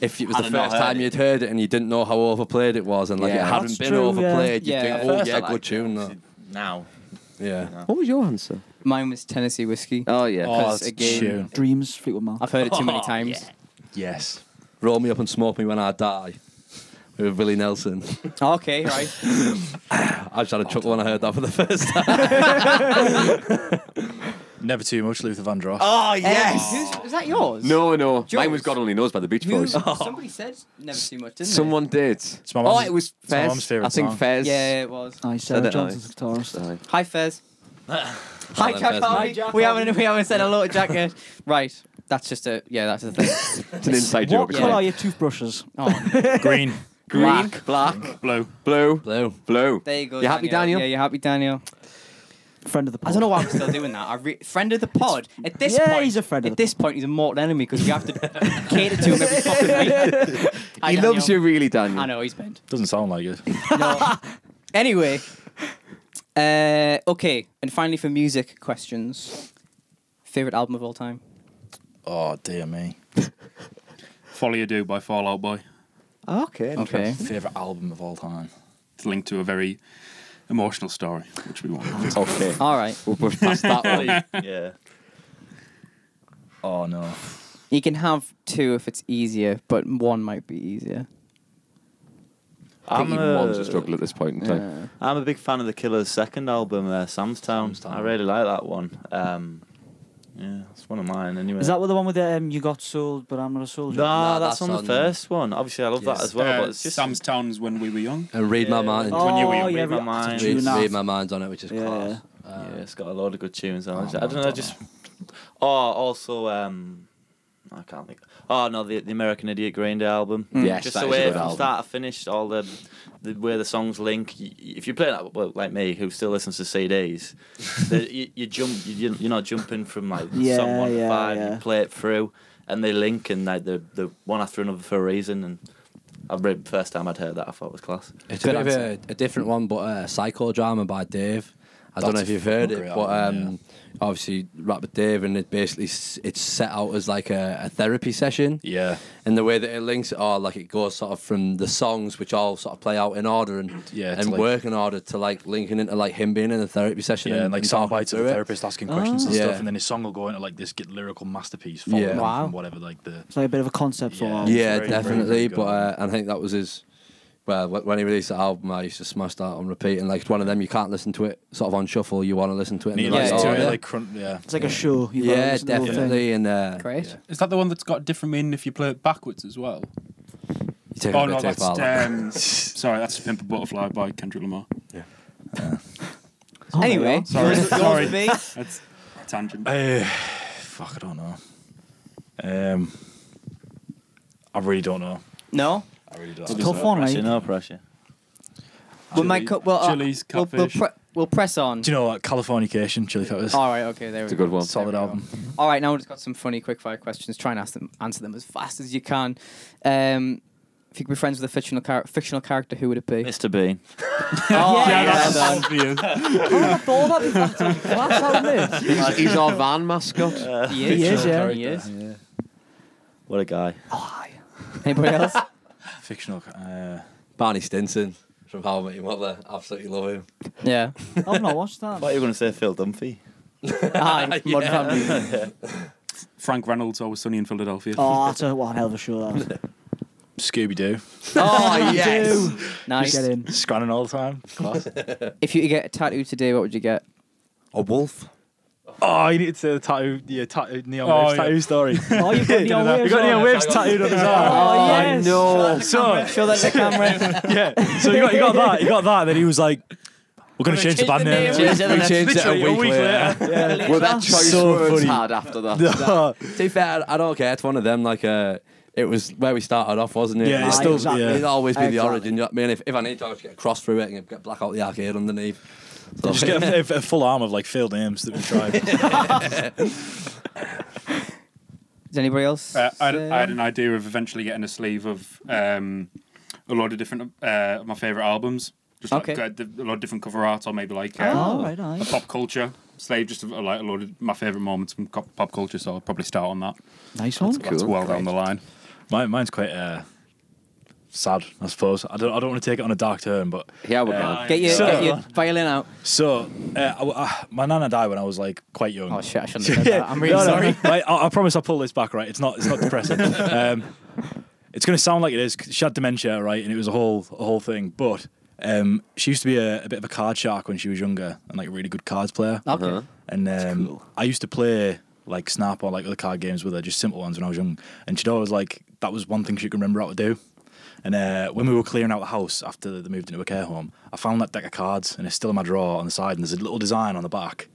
Speaker 2: If it was
Speaker 5: Had
Speaker 2: the
Speaker 5: I not
Speaker 2: first
Speaker 5: heard
Speaker 2: time
Speaker 5: it.
Speaker 2: you'd heard it and you didn't know how overplayed it was and like
Speaker 8: Yeah.
Speaker 2: it hadn't
Speaker 3: That's
Speaker 2: been
Speaker 3: true, yeah.
Speaker 2: overplayed,
Speaker 1: Yeah.
Speaker 2: you'd
Speaker 1: At
Speaker 2: think, oh
Speaker 5: first I
Speaker 2: yeah,
Speaker 5: liked
Speaker 2: good tune. that.
Speaker 5: Now,
Speaker 2: Yeah.
Speaker 8: What was your answer?
Speaker 1: Mine was Tennessee whiskey.
Speaker 8: Oh yeah.
Speaker 4: Oh,
Speaker 1: 'Cause
Speaker 4: that's
Speaker 1: again-
Speaker 4: tune.
Speaker 3: Dreams, Fleetwood Mac.
Speaker 1: I've heard it too
Speaker 8: (laughs) Oh,
Speaker 1: many times.
Speaker 4: Yes.
Speaker 2: Roll me up and smoke me when I die. With Willie Nelson. (laughs)
Speaker 1: Okay,
Speaker 8: (laughs)
Speaker 1: right.
Speaker 8: Oh,
Speaker 2: I just had a chuckle when I heard that for the first time.
Speaker 4: Never too much, Luther Vandross.
Speaker 2: Oh
Speaker 1: Um, Who's, is that yours?
Speaker 8: No, no.
Speaker 1: Yours.
Speaker 8: Mine was God Only Knows by the Beach
Speaker 1: You,
Speaker 8: Boys.
Speaker 1: somebody said never too much, didn't
Speaker 8: Someone did.
Speaker 4: It's my
Speaker 8: oh,
Speaker 4: mum's-
Speaker 8: it was
Speaker 4: it's my
Speaker 8: Fez.
Speaker 4: mum's favourite
Speaker 8: I think
Speaker 4: song.
Speaker 1: they?
Speaker 8: Fez.
Speaker 1: Yeah, it was.
Speaker 3: Aye,
Speaker 8: I
Speaker 3: Sarah
Speaker 8: don't know.
Speaker 3: Johnson's guitarist.
Speaker 8: Aye.
Speaker 1: Hi,
Speaker 8: (laughs)
Speaker 1: Fez. Hi,
Speaker 2: Hello,
Speaker 1: Jack
Speaker 2: Fez,
Speaker 1: Harvey.
Speaker 3: mate. Jack
Speaker 1: We
Speaker 3: Harvey.
Speaker 1: haven't we haven't said hello to Jack
Speaker 8: (laughs)
Speaker 1: yet. Right. That's just a yeah. That's the thing.
Speaker 8: It's an inside joke.
Speaker 3: What
Speaker 8: it's
Speaker 1: yeah.
Speaker 3: colour are
Speaker 8: fine.
Speaker 3: your toothbrushes?
Speaker 1: Oh,
Speaker 4: Green.
Speaker 8: Green, black,
Speaker 6: Blue.
Speaker 8: blue,
Speaker 2: Blue.
Speaker 8: blue.
Speaker 1: there you go.
Speaker 8: You happy, Daniel?
Speaker 1: Yeah, you happy, Daniel?
Speaker 3: Friend of the pod.
Speaker 1: I don't know why I'm still doing that. I re- friend of the pod. At this
Speaker 3: Yeah,
Speaker 1: point,
Speaker 3: he's a friend of
Speaker 1: At
Speaker 3: the
Speaker 1: this point, he's a mortal enemy because we have
Speaker 8: (laughs)
Speaker 1: to cater to him every fucking week. Hi,
Speaker 8: He
Speaker 1: Daniel.
Speaker 8: loves you, really, Daniel.
Speaker 1: I know he's bent.
Speaker 4: Doesn't sound like it.
Speaker 1: No. anyway, uh, okay, and finally for music questions, favorite album of all time.
Speaker 4: Oh dear me.
Speaker 6: Folly Ado by Fallout Boy.
Speaker 8: Okay.
Speaker 1: Okay.
Speaker 4: Favorite album of all time.
Speaker 6: It's linked to a very emotional story,
Speaker 2: (laughs)
Speaker 6: which we won't.
Speaker 8: Okay.
Speaker 1: All right.
Speaker 8: We'll push past that
Speaker 1: (laughs)
Speaker 5: (laughs)
Speaker 8: one.
Speaker 5: yeah.
Speaker 4: Oh no.
Speaker 1: You can have two if it's easier, but one might be easier.
Speaker 8: I think
Speaker 5: I'm uh,
Speaker 8: even one's a
Speaker 5: a-
Speaker 8: struggle at this point in time.
Speaker 1: Uh,
Speaker 5: I'm a big fan of the Killers' second album, uh, Sam's Town.
Speaker 4: Sam's Town.
Speaker 5: I really like that one. Um, yeah, it's one of mine anyway.
Speaker 3: Is that the one with the um, you got sold, but I'm not a soldier?
Speaker 5: no,
Speaker 2: Nah,
Speaker 5: that's,
Speaker 2: that's
Speaker 5: on the
Speaker 2: on-
Speaker 5: first one. Obviously, I love
Speaker 2: Yes.
Speaker 5: that as well. but
Speaker 6: Uh,
Speaker 5: it's just
Speaker 6: Sam's Town's when we were young.
Speaker 2: And read my
Speaker 5: Yeah.
Speaker 2: mind.
Speaker 3: Oh,
Speaker 6: When you were young,
Speaker 3: yeah,
Speaker 5: Read My
Speaker 3: re-
Speaker 5: Mind.
Speaker 3: True
Speaker 2: read,
Speaker 3: enough.
Speaker 2: read my mind on it, which is
Speaker 3: Yeah.
Speaker 2: class. Uh,
Speaker 5: yeah, it's got a load of good tunes. on it.
Speaker 4: Oh,
Speaker 5: I don't
Speaker 4: no,
Speaker 5: know,
Speaker 4: don't
Speaker 5: just oh, also um, I can't think. Oh no, the the American Idiot Green Day album.
Speaker 8: Mm. Yes,
Speaker 5: just
Speaker 8: that
Speaker 5: the
Speaker 8: is a
Speaker 5: way
Speaker 8: good
Speaker 5: from
Speaker 8: album.
Speaker 5: start to finish, all the, the where the songs link. Y- y- If you play that well, like me, who still listens to
Speaker 8: (laughs)
Speaker 5: CDs, the, you, you jump. You, you're not jumping from like
Speaker 3: Yeah,
Speaker 5: song one
Speaker 3: yeah,
Speaker 5: to five.
Speaker 3: yeah.
Speaker 5: You play it through, and they link, and like the the one after another for a reason. And I read first time I'd heard that, I thought it was class.
Speaker 2: It's
Speaker 1: Good
Speaker 2: a bit of a, a different one, but uh, Psychodrama by Dave. I don't know
Speaker 4: That's
Speaker 2: if you've heard
Speaker 4: a
Speaker 2: it,
Speaker 4: great
Speaker 2: but
Speaker 4: album,
Speaker 2: um, obviously, Rapper Dave, and it basically s- it's set out as like a, a therapy session.
Speaker 4: Yeah.
Speaker 2: and the way that it links it all, like it goes sort of from the songs which all sort of play out in order and
Speaker 4: (clears throat) Yeah, to
Speaker 2: and
Speaker 4: like-
Speaker 2: work in order to like linking into like him being in a therapy session
Speaker 4: Yeah,
Speaker 2: and,
Speaker 4: and like
Speaker 2: and
Speaker 4: sound
Speaker 2: talking
Speaker 4: bites of
Speaker 2: through
Speaker 4: the
Speaker 2: it.
Speaker 4: therapist asking questions and
Speaker 2: Ah.
Speaker 4: stuff,
Speaker 2: Yeah.
Speaker 4: and then his song will go into like this get lyrical masterpiece following
Speaker 2: Yeah.
Speaker 4: on
Speaker 1: Wow.
Speaker 4: from whatever like the
Speaker 3: It's like a bit of a concept
Speaker 4: Yeah.
Speaker 3: song.
Speaker 4: It's
Speaker 2: Yeah,
Speaker 4: very, very,
Speaker 2: definitely.
Speaker 4: very good.
Speaker 2: but uh, I think that was his. Well, wh- when he released the album, I used to smash that on repeat, and like it's one of them, you can't listen to it sort of on shuffle. You want to listen to it.
Speaker 4: and
Speaker 2: in
Speaker 4: he
Speaker 2: the
Speaker 4: likes
Speaker 2: right
Speaker 4: to
Speaker 2: order.
Speaker 4: it like crun- yeah.
Speaker 3: It's like a show. You've gotta
Speaker 2: yeah,
Speaker 3: listen to the whole thing.
Speaker 2: definitely. And uh,
Speaker 1: Great.
Speaker 2: yeah.
Speaker 6: Is that the one that's got a different meaning if you play it backwards as well?
Speaker 2: You take
Speaker 6: Oh
Speaker 2: a bit
Speaker 6: no,
Speaker 2: too
Speaker 6: that's
Speaker 2: far, like.
Speaker 6: um, (laughs) sorry, that's Pimp a Butterfly by Kendrick Lamar.
Speaker 8: Oh
Speaker 1: anyway,
Speaker 6: Sorry,
Speaker 1: yours- yours
Speaker 6: sorry.
Speaker 1: would be-
Speaker 6: That's a tangent.
Speaker 4: Uh, fuck, I don't know. Um, I really don't know.
Speaker 1: No.
Speaker 4: I really
Speaker 3: It's a
Speaker 4: don't. know.
Speaker 3: tough one,
Speaker 5: Pressure,
Speaker 3: right?
Speaker 5: no pressure.
Speaker 1: We might co- well, uh,
Speaker 6: Chili's,
Speaker 1: we'll, we'll,
Speaker 6: catfish.
Speaker 1: pre- we'll press on.
Speaker 4: Do you know what? Californication, Chili Peppers.
Speaker 1: All right. Okay. Ah, There
Speaker 8: It's a
Speaker 1: we go.
Speaker 8: good one.
Speaker 4: Solid album.
Speaker 1: All right, now we've just got some funny quickfire questions. Try and ask them, answer them as fast as you can. Um, if you could be friends with a fictional char- fictional character, who would it be? (laughs)
Speaker 5: Mr. Bean.
Speaker 1: Oh, yeah,
Speaker 3: that's-
Speaker 1: well
Speaker 6: (laughs)
Speaker 1: done.
Speaker 3: I thought that'd be fucking class, hadn't it?
Speaker 2: (laughs)
Speaker 8: He's, he's our van mascot.
Speaker 1: He
Speaker 3: He
Speaker 1: is,
Speaker 3: is, yeah.
Speaker 1: He is.
Speaker 5: What a guy.
Speaker 1: Anybody
Speaker 8: (laughs)
Speaker 1: else?
Speaker 4: Fictional. Uh,
Speaker 2: Barney Stinson from How I Met Your Mother. Absolutely love him.
Speaker 1: yeah.
Speaker 3: I've not watched that.
Speaker 5: I thought you were going to say Phil Dunphy.
Speaker 1: Hi, Modern Family.
Speaker 6: Frank Reynolds, Always Sunny in Philadelphia.
Speaker 3: Oh, that's a one hell of a show. That.
Speaker 4: Scooby Doo.
Speaker 1: Oh, yes. nice.
Speaker 3: Nice. Get in.
Speaker 4: Scranning all the time. Class.
Speaker 1: If you could get a tattoo today, what would you get?
Speaker 2: A wolf.
Speaker 4: oh, you need to say the tattoo. Yeah, tattoo. Neon
Speaker 6: Oh,
Speaker 4: Waves
Speaker 6: yeah.
Speaker 4: tattoo story.
Speaker 3: Oh, you've got Neon Waves.
Speaker 4: You got
Speaker 3: on.
Speaker 4: Neon Waves tattooed on his arm.
Speaker 3: Oh, yes.
Speaker 4: No. So,
Speaker 1: Show that to the camera.
Speaker 4: (laughs) yeah. So you got, you got that. You got that. Then he was like, we're going to change the band name.
Speaker 2: we changed it a
Speaker 4: Literally
Speaker 2: week, later.
Speaker 4: (laughs)
Speaker 8: Well, that choice
Speaker 4: So
Speaker 8: was
Speaker 4: funny.
Speaker 8: hard after
Speaker 4: (laughs)
Speaker 8: that.
Speaker 4: No.
Speaker 2: To be fair, I don't care. It's one of them. Like, uh, it was where we started off, wasn't it?
Speaker 4: Yeah, it's
Speaker 2: Like,
Speaker 4: still-
Speaker 2: exactly.
Speaker 4: yeah.
Speaker 2: It'd always be the
Speaker 3: Exactly.
Speaker 2: origin. You know what I mean, if, if I need to, I'll just get a cross through it and get black out the arcade underneath. So-
Speaker 4: Just get
Speaker 1: (laughs)
Speaker 4: a, a full arm of like failed names that we tried. (laughs)
Speaker 1: Does anybody else?
Speaker 6: (laughs) Uh, I, had,
Speaker 1: say?
Speaker 6: I had an idea of eventually getting a sleeve of um, a lot of different uh, of my favorite albums. Just like,
Speaker 1: Okay.
Speaker 6: uh, the- a lot of different cover art, or maybe like uh,
Speaker 3: Oh, right,
Speaker 6: a
Speaker 3: nice.
Speaker 6: pop culture slave. Just of, like a lot of my favorite moments from co- pop culture. So I'll probably start on that.
Speaker 3: Nice one.
Speaker 6: That's
Speaker 8: Cool.
Speaker 6: well down the line.
Speaker 4: Mine, mine's quite uh, sad, I suppose. I don't, I don't want to take it on a dark turn, but
Speaker 8: Yeah, we're
Speaker 4: Uh,
Speaker 8: going.
Speaker 1: Get your,
Speaker 4: So-
Speaker 1: get your violin out.
Speaker 4: so uh, I, I, my nana died when I was like quite young. (laughs)
Speaker 1: Oh shit! I shouldn't have said that. I'm really sorry.
Speaker 4: Right, I, I promise I'll pull this back. Right, it's not it's
Speaker 1: (laughs)
Speaker 4: not depressing. um, it's going to sound like it is. 'cause She had dementia, right, and it was a whole a whole thing. But um, she used to be a, a bit of a card shark when she was younger, and like a really good cards player.
Speaker 1: Okay.
Speaker 4: And um, I used to play like Snap or like other card games with her, just simple ones when I was young. And she'd always like that was one thing she could remember how to do. And uh, when we were clearing out the house after they moved into a care home, I found that deck of cards and it's still in my drawer on the side. And there's a little design on the back,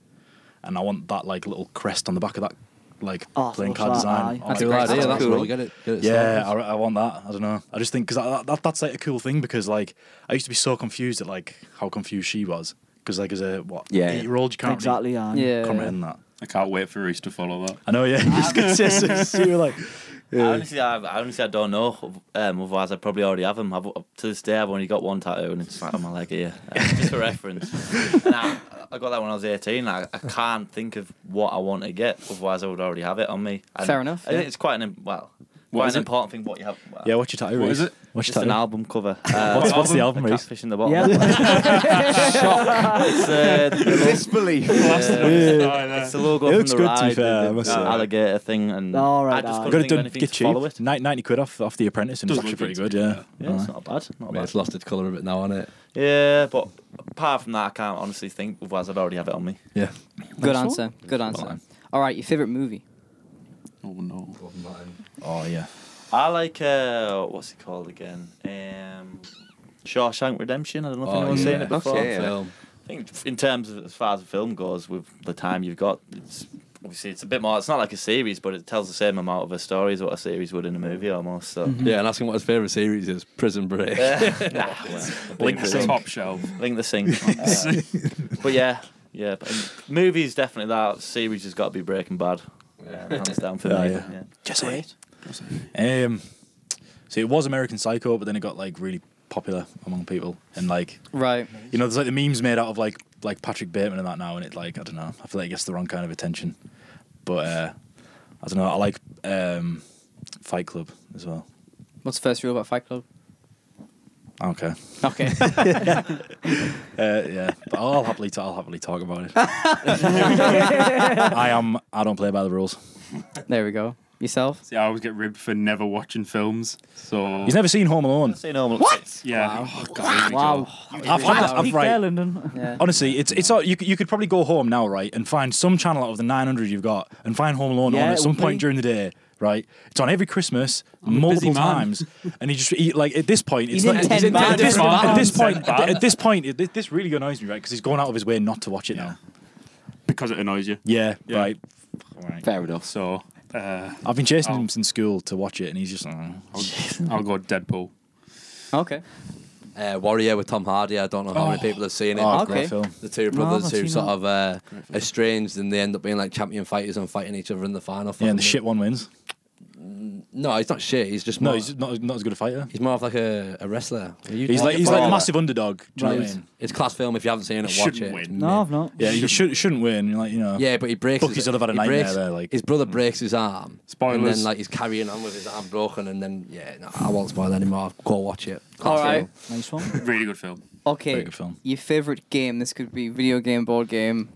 Speaker 4: and I want that like little crest on the back of that like
Speaker 3: Oh,
Speaker 4: playing
Speaker 3: looks
Speaker 4: card
Speaker 3: like
Speaker 4: design.
Speaker 3: that,
Speaker 2: That's a
Speaker 4: I want
Speaker 2: good
Speaker 4: that.
Speaker 2: idea. That's,
Speaker 8: cool.
Speaker 2: cool. Get it. Get it
Speaker 4: Yeah, I,
Speaker 2: sorted.
Speaker 4: I want that. I don't know. I just think because that, that, that's like a cool thing because like I used to be so confused at like how confused she was because like as a what
Speaker 8: Yeah.
Speaker 4: eight year old you can't
Speaker 3: Exactly,
Speaker 4: really
Speaker 3: yeah.
Speaker 1: Yeah.
Speaker 5: Eh,
Speaker 4: comprehend that.
Speaker 6: I can't wait for Reese to follow that.
Speaker 4: I know, yeah. (laughs) It's good to see- see you, like,
Speaker 5: I honestly, I, I honestly, I don't know. Um, otherwise, I probably already have them. I've, to this day, I've only got one tattoo, and it's right on my leg here, uh, just for reference. And I, I got that when I was eighteen. I, I can't think of what I want to get. Otherwise, I would already have it on me. And
Speaker 1: Fair enough,
Speaker 5: I think
Speaker 1: yeah.
Speaker 5: it's quite an im- well,
Speaker 6: What
Speaker 5: quite
Speaker 6: is
Speaker 5: an
Speaker 6: it?
Speaker 5: important thing. What you have. Well,
Speaker 4: yeah, what's your tattoo?
Speaker 6: What
Speaker 4: Reece?
Speaker 6: is it?
Speaker 4: What's your
Speaker 5: just an
Speaker 4: tattoo?
Speaker 5: album
Speaker 4: (laughs)
Speaker 5: cover. Uh,
Speaker 4: What's- what's the album,
Speaker 5: A
Speaker 4: Reece?
Speaker 5: Catfish in the bottle.
Speaker 3: Yeah.
Speaker 5: (laughs)
Speaker 6: Uh-huh.
Speaker 1: (laughs)
Speaker 5: It's, uh, the- uh,
Speaker 8: Disbelief.
Speaker 5: it's the logo
Speaker 4: It
Speaker 5: from
Speaker 4: looks good, to
Speaker 5: the
Speaker 4: be
Speaker 5: ride, the-
Speaker 4: fair, I
Speaker 5: the,
Speaker 4: must
Speaker 5: uh,
Speaker 4: say.
Speaker 5: alligator thing, and
Speaker 3: All right,
Speaker 5: I just
Speaker 3: all right.
Speaker 4: I
Speaker 5: couldn't
Speaker 4: got it
Speaker 5: think of
Speaker 4: done
Speaker 5: anything
Speaker 4: get
Speaker 5: to follow
Speaker 4: cheap.
Speaker 5: it.
Speaker 4: Nine- 90 quid off off the apprentice and it's
Speaker 6: Doesn't
Speaker 4: actually pretty
Speaker 6: look
Speaker 4: good, yeah.
Speaker 5: Yeah, it's not bad. Not
Speaker 2: I mean, (laughs)
Speaker 5: bad.
Speaker 2: it's lost its colour a bit now, hasn't it?
Speaker 5: Yeah, but apart from that, I can't honestly think. Otherwise, I'd already have it on me.
Speaker 2: Yeah.
Speaker 1: Good answer. Good answer. All right, your favorite movie?
Speaker 6: Oh
Speaker 4: (laughs)
Speaker 6: no.
Speaker 4: Oh yeah.
Speaker 5: I like uh, what's it called again? Um, Shawshank Redemption. I don't know if
Speaker 2: Oh,
Speaker 5: anyone's
Speaker 2: yeah.
Speaker 5: seen it before.
Speaker 8: Okay, yeah.
Speaker 2: Film.
Speaker 5: I think in terms of as far as the film goes, with the time you've got, it's obviously it's a bit more. It's not like a series, but it tells the same amount of a story as what a series would in a movie almost. So.
Speaker 2: Yeah, and asking what his favourite series is Prison Break. (laughs)
Speaker 5: (laughs) nah, well,
Speaker 6: Link
Speaker 5: link the
Speaker 6: to the
Speaker 5: sink.
Speaker 6: top shelf.
Speaker 5: Link the sink. Uh, but yeah, yeah. But um, movies definitely that series has got to be Breaking Bad. Yeah, hands down for
Speaker 4: Yeah,
Speaker 5: me.
Speaker 4: yeah.
Speaker 5: yeah.
Speaker 4: Jesse. Um, so it was American Psycho, but then it got like really popular among people, and like
Speaker 1: Right.
Speaker 4: you know, there's like the memes made out of like like Patrick Bateman and that now, and it like I don't know. I feel like it gets the wrong kind of attention, but uh, I don't know. I like um, Fight Club as well.
Speaker 1: What's the first rule about Fight Club?
Speaker 4: I don't care.
Speaker 1: Okay.
Speaker 4: Uh, yeah, but I'll happily i I'll happily talk about it. I am. I don't play by the rules.
Speaker 1: (laughs) there we go. Yourself?
Speaker 6: See, I always get ribbed for never watching films. So
Speaker 4: He's never seen Home Alone.
Speaker 5: Say no. What?
Speaker 6: yeah. Oh, God, here we go.
Speaker 3: Wow.
Speaker 4: I've had that. I've
Speaker 3: Peak there,
Speaker 4: right.
Speaker 3: Lyndon.
Speaker 1: Yeah.
Speaker 4: Honestly, it's it's all, you, c- you could probably go home now, right, and find some channel out of the 900 you've got, and find Home Alone
Speaker 3: Yeah,
Speaker 4: on
Speaker 3: it
Speaker 4: at some
Speaker 3: would
Speaker 4: point
Speaker 3: be.
Speaker 4: during the day, right? It's on every Christmas, multiple
Speaker 6: busy man.
Speaker 4: times, and you just he, like at this point, it's
Speaker 3: He's
Speaker 4: not,
Speaker 3: in 10
Speaker 4: at,
Speaker 3: bands.
Speaker 4: this, at this
Speaker 6: Ten
Speaker 4: point, at,
Speaker 6: bands.
Speaker 4: at this point, it, this really annoys me, right? Because he's going out of his way not to watch it now.
Speaker 6: Because it annoys you.
Speaker 4: Yeah,
Speaker 6: Yeah.
Speaker 4: right.
Speaker 8: Fair enough.
Speaker 6: So uh,
Speaker 4: I've been chasing
Speaker 6: Oh.
Speaker 4: him since school to watch it, and he's just. "Mm."
Speaker 6: I'll, I'll go Deadpool.
Speaker 1: Okay.
Speaker 2: Uh, Warrior with Tom Hardy. I don't know how many people have seen it.
Speaker 4: Oh,
Speaker 1: Okay.
Speaker 4: great film.
Speaker 2: The two
Speaker 3: No, I've
Speaker 2: brothers
Speaker 3: not
Speaker 2: who
Speaker 3: seen
Speaker 2: sort
Speaker 3: that.
Speaker 2: of uh, estranged and they end up being like champion fighters and fighting each other in the final.
Speaker 4: Yeah, and
Speaker 2: fucking-
Speaker 4: the shit one wins.
Speaker 2: No, he's not shit. He's just
Speaker 4: No,
Speaker 2: more,
Speaker 4: he's not not as good a fighter.
Speaker 2: he's more of like a, a wrestler.
Speaker 4: He's like he's like a massive underdog. Do you know what I
Speaker 2: It's,
Speaker 4: mean?
Speaker 2: it's class film. If you haven't seen it,
Speaker 6: He
Speaker 2: watch
Speaker 6: shouldn't
Speaker 2: it.
Speaker 6: win.
Speaker 2: It's
Speaker 3: No, I've not.
Speaker 4: Yeah, you should shouldn't win. You're like you know.
Speaker 2: Yeah, but he breaks.
Speaker 4: Bucky's sort of had a
Speaker 2: he
Speaker 4: nightmare
Speaker 2: breaks-
Speaker 4: there, like-
Speaker 2: his brother breaks his arm. And
Speaker 6: Spoilers.
Speaker 2: then like he's carrying on with his arm broken, and then yeah, no, I won't spoil anymore. Go watch it.
Speaker 1: All
Speaker 2: Class
Speaker 1: right.
Speaker 2: film.
Speaker 3: Nice one.
Speaker 6: Really good film.
Speaker 1: Okay.
Speaker 4: Very good film.
Speaker 1: Your favorite game? This could be video game, board game.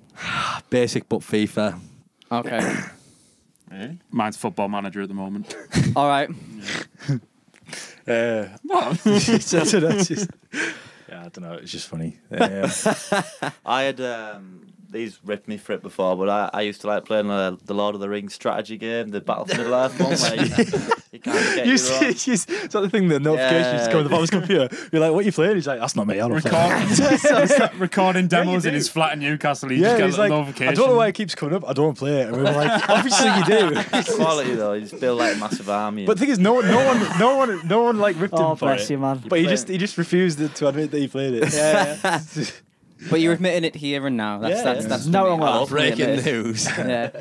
Speaker 2: Basic but FIFA.
Speaker 1: Okay.
Speaker 6: (coughs) Mine's Football Manager at
Speaker 4: (laughs)
Speaker 6: the moment.
Speaker 1: All right.
Speaker 4: Uh, (laughs) I don't know, it's just- (laughs) yeah, I don't know. It's just funny. (laughs) Um,
Speaker 5: I had um, these ripped me for it before, but I, I used to like playing uh, the Lord of the Rings strategy game, the Battle for Middle Earth one. Where you, you can't get
Speaker 4: you
Speaker 5: your
Speaker 4: see,
Speaker 5: own. (laughs)
Speaker 4: it's just- it's like the thing the notifications just come on the bottom of his computer. You're like, "What are you playing?" He's like, "That's not me. I don't play."
Speaker 6: Record, (laughs) he's got recording demos
Speaker 4: you
Speaker 6: in
Speaker 4: do.
Speaker 6: his flat in Newcastle. He
Speaker 4: Yeah,
Speaker 6: just
Speaker 4: he's
Speaker 6: gets a
Speaker 4: like,
Speaker 6: notification.
Speaker 4: "I don't know why it keeps coming up. I don't play it." And we were like, "Obviously you (laughs) do."
Speaker 5: Quality though, you just build like a massive army.
Speaker 4: But the thing is, no one, no one, no one, no one like ripped
Speaker 3: Oh,
Speaker 4: him for
Speaker 3: bless
Speaker 4: it.
Speaker 3: you, man.
Speaker 4: But he just, he just refused to admit that he played it. Yeah,
Speaker 1: (laughs) But you're admitting it here and now. That's
Speaker 4: Yeah,
Speaker 1: that's
Speaker 4: yeah.
Speaker 1: that's
Speaker 3: No
Speaker 1: the-
Speaker 3: wrong with
Speaker 1: I'll
Speaker 3: that.
Speaker 1: admit
Speaker 2: Breaking
Speaker 1: it. (laughs)
Speaker 2: news.
Speaker 1: Yeah.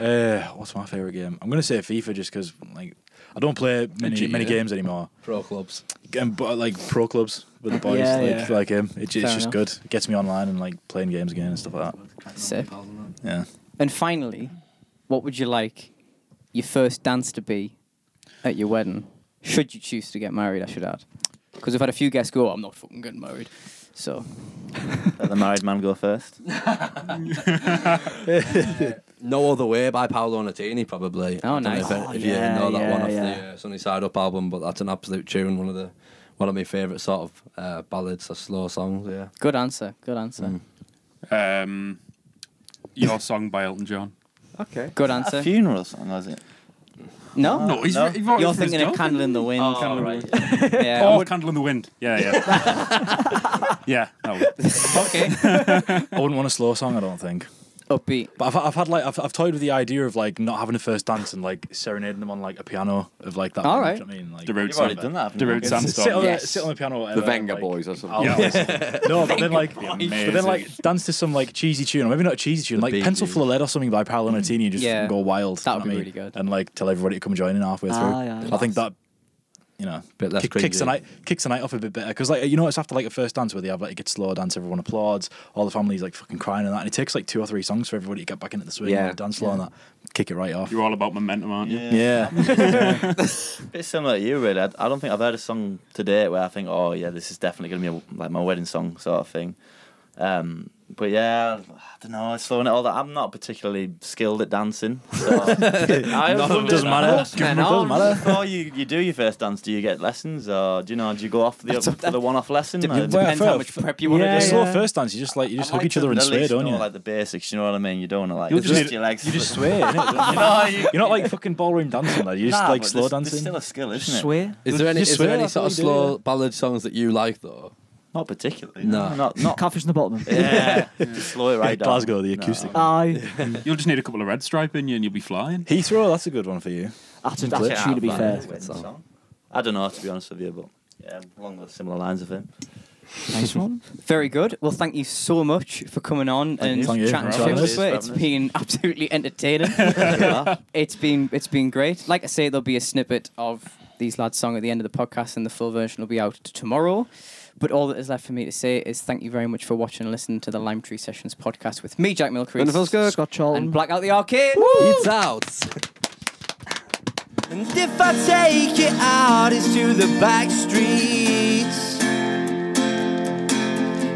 Speaker 4: Uh, what's my favorite game? I'm gonna say FIFA just because like I don't play many
Speaker 2: Gee,
Speaker 4: many
Speaker 2: yeah.
Speaker 4: games anymore.
Speaker 2: Pro clubs.
Speaker 4: And but like pro clubs with the boys,
Speaker 3: Yeah,
Speaker 4: like,
Speaker 3: yeah.
Speaker 4: like him. It, it's
Speaker 1: Fair
Speaker 4: just
Speaker 1: enough.
Speaker 4: good. It gets me online and like playing games again and stuff like that.
Speaker 1: Sick.
Speaker 4: Yeah.
Speaker 1: And finally, what would you like your first dance to be at your wedding? Should you choose to get married, I should add, because I've had a few guests go, "I'm not fucking getting married." So
Speaker 5: Let the married man go first.
Speaker 2: No Other Way by Paolo Nutini, probably.
Speaker 1: Oh,
Speaker 2: I don't know
Speaker 1: nice.
Speaker 2: If,
Speaker 3: Oh,
Speaker 2: if
Speaker 3: yeah,
Speaker 2: you know that
Speaker 3: yeah,
Speaker 2: one off
Speaker 3: yeah.
Speaker 2: the uh, Sunny Side Up album, but that's an absolute tune. One of the one of my favourite sort of uh, ballads or slow songs. Yeah.
Speaker 1: good answer. Good answer.
Speaker 6: Um, your song by Elton John.
Speaker 8: Okay.
Speaker 1: Good answer.
Speaker 5: Funeral song, was it?
Speaker 1: no.
Speaker 6: No, he's,
Speaker 5: no.
Speaker 6: he wrote it
Speaker 1: You're
Speaker 6: for his
Speaker 1: thinking of
Speaker 6: girlfriend.
Speaker 1: Candle in the Wind.
Speaker 5: Oh, right.
Speaker 1: (laughs) Yeah. I
Speaker 6: Oh,
Speaker 1: would-
Speaker 6: Candle in the Wind. Yeah, yeah. yeah, that one.
Speaker 1: okay.
Speaker 4: (laughs) I wouldn't want a slow song, I don't think.
Speaker 1: Upbeat.
Speaker 4: But I've, I've had like I've, I've toyed with the idea of like not having a first dance and like serenading them on like a piano of like that.
Speaker 1: All
Speaker 4: All
Speaker 1: right.
Speaker 4: right, you know what I mean, like
Speaker 6: The Root
Speaker 5: You've already done
Speaker 6: Sandstone.
Speaker 5: that. haven't
Speaker 6: The
Speaker 5: you?
Speaker 6: Root
Speaker 4: It's- (laughs) sit,
Speaker 6: Sandstone.
Speaker 4: on
Speaker 1: Yes.
Speaker 4: the, sit on the piano. or
Speaker 8: The
Speaker 4: whatever,
Speaker 8: Venga
Speaker 4: like-
Speaker 8: Boys or something.
Speaker 4: I'll- (laughs) no, but then like,
Speaker 6: Amazing.
Speaker 4: but then like dance to some like cheesy tune, or maybe not cheesy tune, like
Speaker 2: Bee
Speaker 4: Pencil
Speaker 2: Gees.
Speaker 4: Full of Lead or something by Paolo Nutini, and just
Speaker 1: Yeah.
Speaker 4: go wild. you
Speaker 1: That would be
Speaker 4: know what I mean?
Speaker 1: really good.
Speaker 4: And like tell everybody to come join in halfway through.
Speaker 3: Ah, yeah.
Speaker 4: I think that you know
Speaker 2: Bit less
Speaker 4: kick- kicks the
Speaker 2: cringy.
Speaker 4: night kicks the night off a bit better because like you know it's after like a first dance where they have like it gets slower dance, everyone applauds, all the family's like fucking crying and that, and it takes like two or three songs for everybody to get back into the swing,
Speaker 8: Yeah.
Speaker 4: and the dance floor and that, kick it right off.
Speaker 6: You're all about momentum, aren't you?
Speaker 4: Yeah,
Speaker 5: bit similar to you, really. I, I don't think I've heard a song today where I think, oh yeah, this is definitely gonna be a, like my wedding song sort of thing. Um, but yeah, I don't know. It's slowing it all that. I'm not particularly skilled at dancing. So I always
Speaker 4: (laughs)
Speaker 5: wondered-
Speaker 4: doesn't matter.
Speaker 1: Man,
Speaker 4: doesn't
Speaker 1: I'll-
Speaker 4: matter.
Speaker 5: Before you, you do your first dance, do you get lessons or do you know? Do you go off the for the one-off lesson? Or
Speaker 4: Well,
Speaker 5: do you
Speaker 1: Depends how
Speaker 4: fair.
Speaker 1: much prep you want to
Speaker 4: The
Speaker 3: Yeah,
Speaker 1: do.
Speaker 4: slow first dance, you just like you just
Speaker 5: like
Speaker 4: hook each
Speaker 5: to
Speaker 4: other and
Speaker 5: at
Speaker 4: sway,
Speaker 5: least
Speaker 4: don't
Speaker 5: know,
Speaker 4: you?
Speaker 5: Like the basics, you know what I mean. You don't want to like
Speaker 4: You'll
Speaker 5: twist
Speaker 4: just-
Speaker 5: your legs.
Speaker 4: You just sway,
Speaker 5: (laughs)
Speaker 4: innit?
Speaker 5: you know, you,
Speaker 4: You're not like fucking ballroom dancing, like you just
Speaker 5: Nah,
Speaker 4: like
Speaker 5: but
Speaker 4: slow
Speaker 5: there's-
Speaker 4: dancing.
Speaker 5: There's still a skill, isn't it?
Speaker 3: Swear.
Speaker 2: Is there any
Speaker 4: Just
Speaker 2: is there
Speaker 4: swear,
Speaker 2: any
Speaker 4: that's
Speaker 2: sort of
Speaker 4: what you do,
Speaker 2: slow
Speaker 4: yeah.
Speaker 2: ballad songs that you like though?
Speaker 5: Not particularly.
Speaker 2: No.
Speaker 5: Not not.
Speaker 3: Catfish in the bottom. (laughs)
Speaker 5: yeah. just slow it right down.
Speaker 4: Glasgow, the acoustic.
Speaker 3: Aye.
Speaker 6: You'll just need a couple of red stripe in you and you'll be flying.
Speaker 4: Heathrow, that's a good one for you.
Speaker 3: That's a, that's a
Speaker 5: Yeah,
Speaker 3: tune to be
Speaker 5: I've
Speaker 3: fair.
Speaker 5: learned it. I don't know to be honest with you, but yeah, along the similar lines of him.
Speaker 3: Nice one.
Speaker 1: Very good. Well, thank you so much for coming on and
Speaker 4: you. Thank you
Speaker 1: chatting
Speaker 4: for
Speaker 1: to
Speaker 4: having
Speaker 1: us.
Speaker 5: us.
Speaker 1: It's been absolutely
Speaker 4: (laughs)
Speaker 1: entertaining. it's been it's been great. Like I say, there'll be a snippet of these lads' song at the end of the podcast, and the full version will be out tomorrow. But all that is left for me to say is thank you very much for watching and listening to the Lime Tree Sessions podcast with me, Jack Milcrease,
Speaker 3: Scott
Speaker 1: and
Speaker 3: Charlton.
Speaker 1: Black Out the Arcade.
Speaker 2: It's out.
Speaker 9: And if I take you out, it's to the back streets.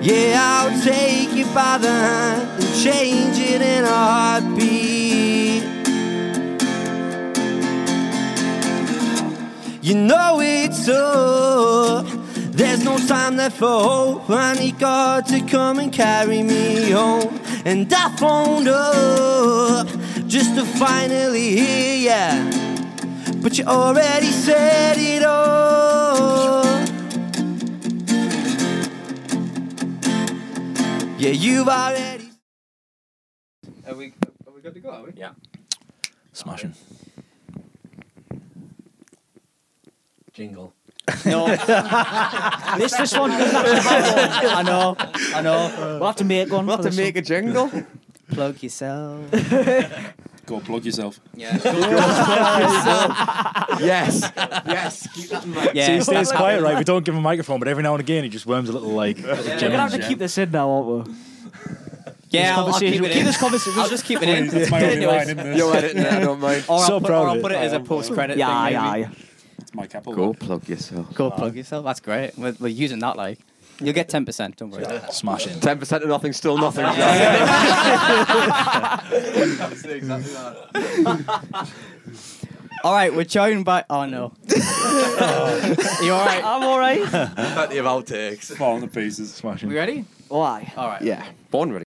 Speaker 9: Yeah, I'll take you by the hand and change it in a heartbeat. You know it's up. There's no time left for hope. I need God to come and carry me home. And I phoned up just to finally hear ya but you already said it all. Yeah, you've already.
Speaker 1: Are we, are we good to go? Are we?
Speaker 4: Smashing.
Speaker 2: Jingle.
Speaker 3: this this one. I know.
Speaker 1: I know.
Speaker 3: We'll have to make one. We'll have to make
Speaker 8: a jingle.
Speaker 1: (laughs) Plug yourself.
Speaker 6: Go plug yourself.
Speaker 1: Yeah.
Speaker 8: yes. Yes. Keep that in mind.
Speaker 4: So he
Speaker 1: yeah.
Speaker 4: stays quiet, right? We don't give him a microphone, but every now and again he just worms a little like.
Speaker 3: We're gonna have to keep this in now, aren't we?
Speaker 1: Yeah, I'll, I'll keep
Speaker 3: Conversation.
Speaker 1: it
Speaker 3: Keep
Speaker 1: in.
Speaker 3: this conversation.
Speaker 1: I'll just keep it in.
Speaker 6: That's my only
Speaker 1: Anyways.
Speaker 6: line in this.
Speaker 8: You'll edit that, I
Speaker 2: (laughs)
Speaker 8: don't mind.
Speaker 1: (laughs) Or
Speaker 4: So
Speaker 1: I'll put,
Speaker 4: proud
Speaker 1: or
Speaker 4: of
Speaker 1: I'll
Speaker 4: it.
Speaker 1: put it as a post credit
Speaker 3: Yeah,
Speaker 1: thing.
Speaker 3: yeah,
Speaker 1: maybe.
Speaker 3: yeah.
Speaker 6: It's my couple.
Speaker 8: Go plug yourself.
Speaker 1: Go plug yourself. That's great. We're, we're using that like. You'll get 10%, don't worry.
Speaker 5: (laughs)
Speaker 4: Smashing.
Speaker 8: Ten percent of nothing,
Speaker 2: (laughs)
Speaker 8: still nothing.
Speaker 1: All right, we're joined by. Oh, no. (laughs) you all right?
Speaker 3: I'm alright.
Speaker 2: Plenty of outtakes.
Speaker 6: Fall into pieces.
Speaker 4: Smashing.
Speaker 1: We ready?
Speaker 3: Why?
Speaker 1: All right.
Speaker 8: Yeah. Born ready.